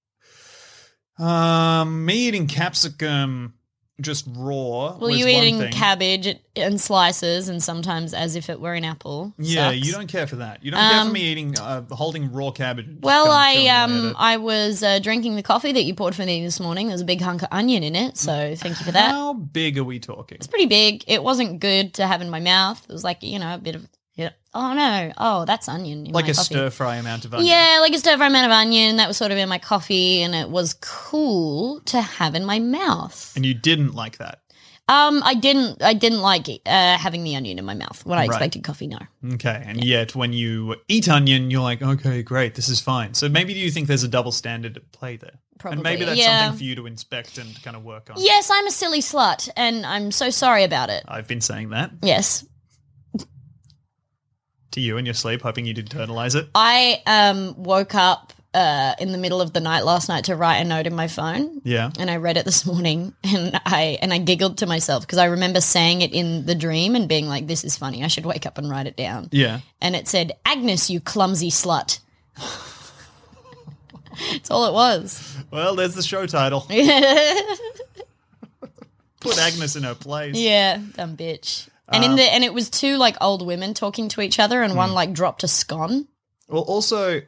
D: um me eating capsicum just raw
C: Well,
D: was
C: you
D: one
C: eating
D: thing.
C: cabbage and slices, and sometimes as if it were an apple.
D: Yeah,
C: Sucks.
D: you don't care for that. You don't care for
C: Um,
D: me eating uh, holding raw cabbage. and just
C: Well,
D: going,
C: I
D: chilling at
C: um
D: it.
C: I was uh, drinking the coffee that you poured for me this morning. There was a big hunk of onion in it, so thank you for that.
D: How big are we talking?
C: It's pretty big. It wasn't good to have in my mouth. It was like you know a bit of yeah. Oh no! Oh, that's onion. In
D: Like
C: my
D: a
C: coffee.
D: stir fry amount of onion.
C: Yeah, like a stir fry amount of onion. That was sort of in my coffee, and it was cool to have in my mouth.
D: And you didn't like that.
C: Um, I didn't, I didn't like uh, having the onion in my mouth when I
D: Right.
C: expected coffee. No,
D: Okay. And yet when you eat onion, you're like, okay, great, this is fine. So maybe do you think there's a double standard at play there?
C: Probably,
D: And maybe that's
C: yeah.
D: something for you to inspect and kind of work on.
C: yes, I'm a silly slut, and I'm so sorry about it.
D: I've been saying that
C: Yes,
D: to you in your sleep, hoping you'd internalize it.
C: I um woke up uh, in the middle of the night last night to write a note in my phone.
D: Yeah.
C: And I read it this morning and I and I giggled to myself because I remember saying it in the dream and being like, This is funny, I should wake up and write it down.
D: Yeah.
C: And it said, Agnes, you clumsy slut. That's all it was.
D: Well, there's the show title. Put Agnes in her place.
C: Yeah, dumb bitch. And
D: Um,
C: in the and it was two like old women talking to each other and one
D: Hmm.
C: like dropped a scone.
D: Well, also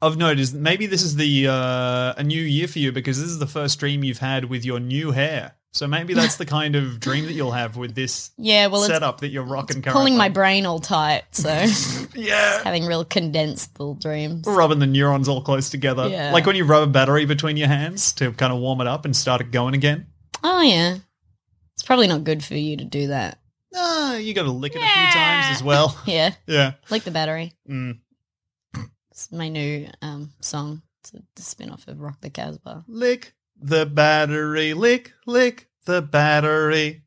D: of note is maybe this is the uh, a new year for you because this is the first dream you've had with your new hair. So maybe that's the kind of dream that you'll have with this
C: Yeah, well it's
D: setup that you're rocking currently.
C: pulling my brain all tight, so
D: yeah.
C: having real condensed little dreams.
D: Rubbing the neurons all close together,
C: Yeah.
D: like when you rub a battery between your hands to kind of warm it up and start it going again.
C: Oh yeah. It's probably not good for you to do that.
D: Ah, you got to lick it a few times as well.
C: Yeah.
D: Yeah,
C: Like the battery.
D: Mm.
C: It's my new um song. It's a, it's a spin off of Rock the Casbah.
D: lick the battery, lick, lick the battery.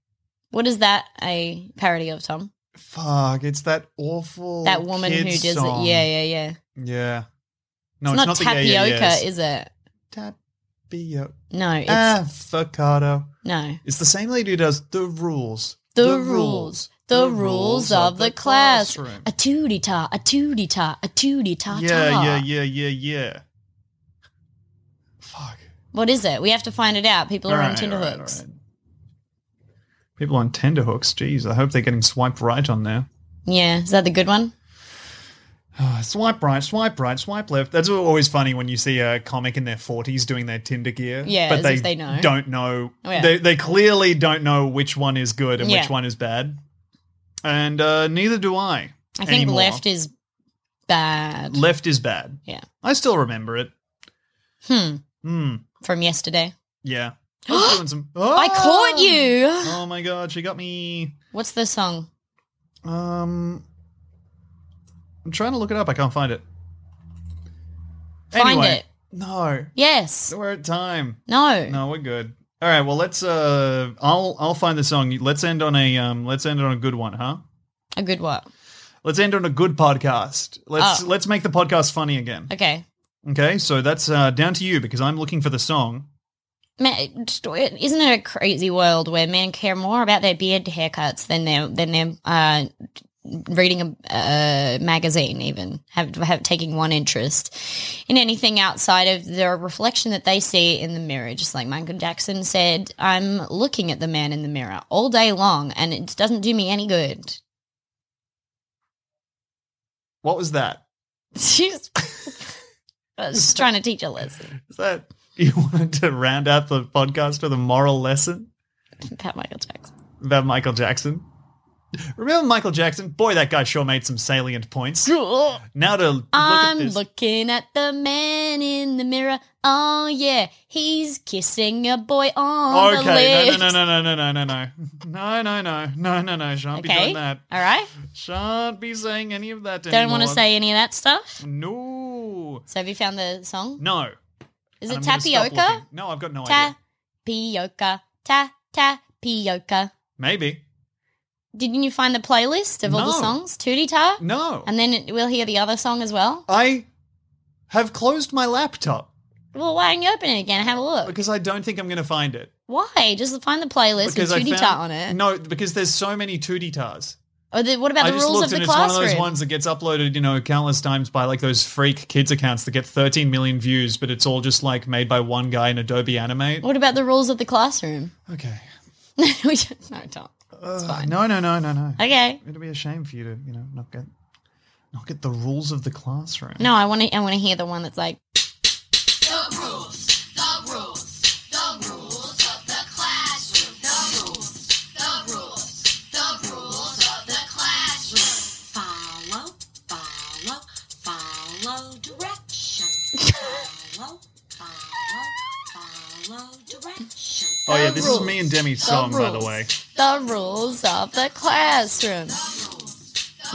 C: What is that a parody of, Tom?
D: Fuck, it's that awful
C: that woman who does it. Yeah, yeah, yeah.
D: Yeah.
C: It's
D: No, Oh, um, it's,
C: not
D: not,
C: tapioca,
D: the yeah, yeah, yes.
C: is it?
D: tapioca.
C: No, it's
D: Avocado.
C: no.
D: It's the same lady who does the rules.
C: The, rules. The rules of the class.
D: classroom.
C: A tootie ta, a tootie ta, a tootie ta ta.
D: Yeah, yeah, yeah, yeah, yeah. Fuck.
C: What is it? We have to find it out. People are on
D: Alright,
C: Tinder
D: alright,
C: hooks.
D: alright. People on tender hooks. Jeez, I hope they're getting swiped right on there.
C: Yeah, is that the good one?
D: Ah, swipe right, swipe right, swipe left. That's always funny when you see a comic in their forties doing their Tinder gear.
C: Yeah, as if they know.
D: don't know.
C: Oh, yeah.
D: They they clearly don't know which one is good and
C: Yeah.
D: which one is bad. And uh, neither do I.
C: I think
D: anymore.
C: left is bad.
D: left is bad.
C: yeah.
D: I still remember it.
C: Hmm.
D: Hmm.
C: From yesterday.
D: Yeah. I was doing some.
C: I caught
D: Oh!
C: you.
D: Oh my god, she got me.
C: What's the song?
D: Um, I'm trying to look it up. I can't find it.
C: Find
D: Anyway.
C: it.
D: No,
C: Yes.
D: we're at time.
C: No.
D: No, we're good. All right, well let's uh I'll I'll find the song. Let's end on a um let's end on a good one, huh?
C: A good what?
D: Let's end on a good podcast. Let's
C: Oh.
D: let's make the podcast funny again.
C: Okay.
D: Okay? So that's uh down to you because I'm looking for the song.
C: Man, just- isn't it a crazy world where men care more about their beard haircuts than their than their uh, reading a uh, magazine, even have, have taking one interest in anything outside of the reflection that they see in the mirror? Just like Michael Jackson said, "I'm looking at the man in the mirror all day long, and it doesn't do me any good."
D: What was that?
C: She's I was just trying to teach a lesson
D: Is that you wanted to round out the podcast with a moral lesson
C: about Michael Jackson.
D: about Michael Jackson? Remember Michael Jackson? Boy, that guy sure made some salient points. Now to look
C: I'm
D: at this.
C: looking at the man in the mirror. Oh yeah, he's kissing a boy on the
D: Okay,
C: lips.
D: no, no, no, no, no, no, no, no, no, no, no, no, no, no. Shan't be
C: Okay,
D: doing that.
C: all right.
D: Shan't be saying any of that.
C: Don't want to
D: anymore.
C: say any of that stuff.
D: no,
C: So have you found the song?
D: no.
C: Is
D: And
C: it
D: I'm gonna stop
C: tapioca?
D: looking. No, I've got no idea.
C: Tapioca, ta tapioca.
D: Maybe
C: Didn't you find the playlist of all the
D: No.
C: songs? Tootie ta.
D: no.
C: And then it, we'll hear the other song as well.
D: I have closed my laptop
C: Well, why don't you open it again? and Have a look.
D: because I don't think I'm going to find it.
C: Why? Just find the playlist
D: because
C: with
D: I
C: Tootie
D: found-
C: Ta on it.
D: No, because there's so many tootie tars.
C: Or the, what about
D: I
C: the
D: just
C: rules
D: looked
C: of
D: and
C: the
D: it's
C: classroom?
D: one of those ones that gets uploaded, you know, countless times by like those freak kids accounts that get 13 million views, but it's all just like made by one guy in Adobe Animate.
C: What about the rules of the classroom?
D: Okay.
C: we don't, no, don't.
D: Ugh, No, no, no, no, no.
C: Okay.
D: It'd be a shame for you to, you know, not get not get the rules of the classroom.
C: No, I want to. I want to hear the one that's like.
B: Follow, follow, follow direction. Follow, follow, follow direction.
D: Oh yeah, this is me and Demi's song, by the
C: rules.
D: way.
C: The rules of the classroom.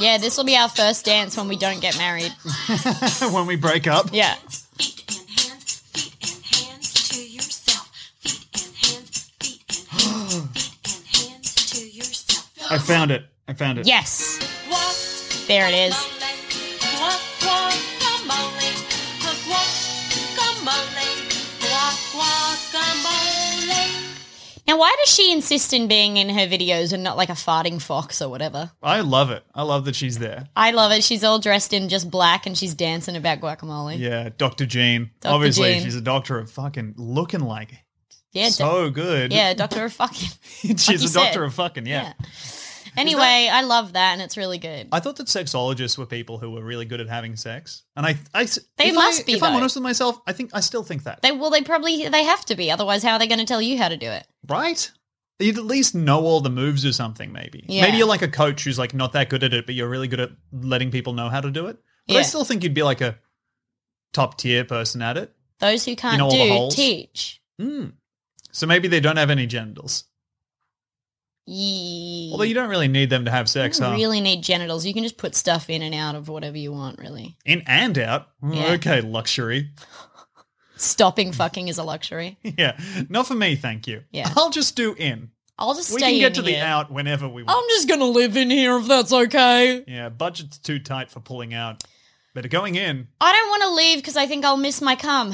C: Yeah, this will be our first dance when we don't get married.
D: when we break up.
C: Yeah.
B: Feet and hands, feet and hands to yourself. Feet and hands, feet and hands, feet and hands to yourself.
D: I found it. I found it.
C: Yes.
B: Walk,
C: There it is.
B: walk, walk, come on, walk,
C: Now, why does she insist in being in her videos and not like a farting fox or whatever?
D: I love it. I love that she's there.
C: I love it. She's all dressed in just black and she's dancing about guacamole.
D: Yeah, Dr. Jean.
C: Dr.
D: Obviously,
C: Jean.
D: she's a doctor of fucking looking like
C: Yeah, doc-
D: so good.
C: yeah, doctor of fucking.
D: she's
C: like you
D: a doctor
C: said.
D: of fucking, yeah.
C: Yeah. Anyway, I love that and it's really good.
D: I thought that sexologists were people who were really good at having sex, and I, I
C: They
D: if
C: must
D: I,
C: be,
D: If I'm
C: though.
D: honest with myself, I think I still think that.
C: They well, they probably they have to be. Otherwise, how are they going to tell you how to do it?
D: right? You'd at least know all the moves or something, maybe.
C: Yeah.
D: Maybe you're like a coach who's like not that good at it, but you're really good at letting people know how to do it. But I
C: Yeah.
D: still think you'd be like a top tier person at it.
C: Those who can't
D: all the
C: do
D: holes?
C: teach.
D: Hmm. So maybe they don't have any genitals.
C: Ye-
D: Although you don't really need them to have
C: you
D: sex,
C: don't
D: huh?
C: really need genitals. You can just put stuff in and out of whatever you want. Really,
D: In and out. Mm,
C: Yeah.
D: Okay, luxury.
C: stopping fucking is a luxury.
D: Yeah. Not for me, thank you.
C: Yeah.
D: I'll just do in.
C: I'll just
D: We
C: stay
D: can get
C: in
D: to
C: here. Oh,
D: the out whenever we want.
C: I'm just gonna live in here if that's okay.
D: yeah, budget's too tight for pulling out. But going in.
C: I don't want to leave because I think I'll miss my cum.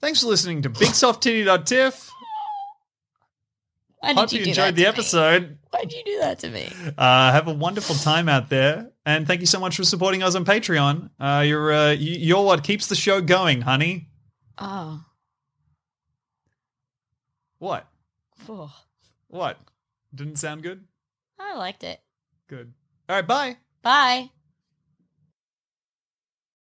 D: Thanks for listening to BigSoftTitty.tiff.
C: Why did
D: Hope you,
C: you do that
D: enjoyed
C: to
D: the
C: me?
D: episode.
C: Why did you do that to me?
D: Uh, have a wonderful time out there, and thank you so much for supporting us on Patreon. Uh, you're uh, y- you're what keeps the show going, honey.
C: Oh,
D: What?
C: phew.
D: What? Didn't sound good.
C: I liked it.
D: Good. All right. Bye.
C: Bye.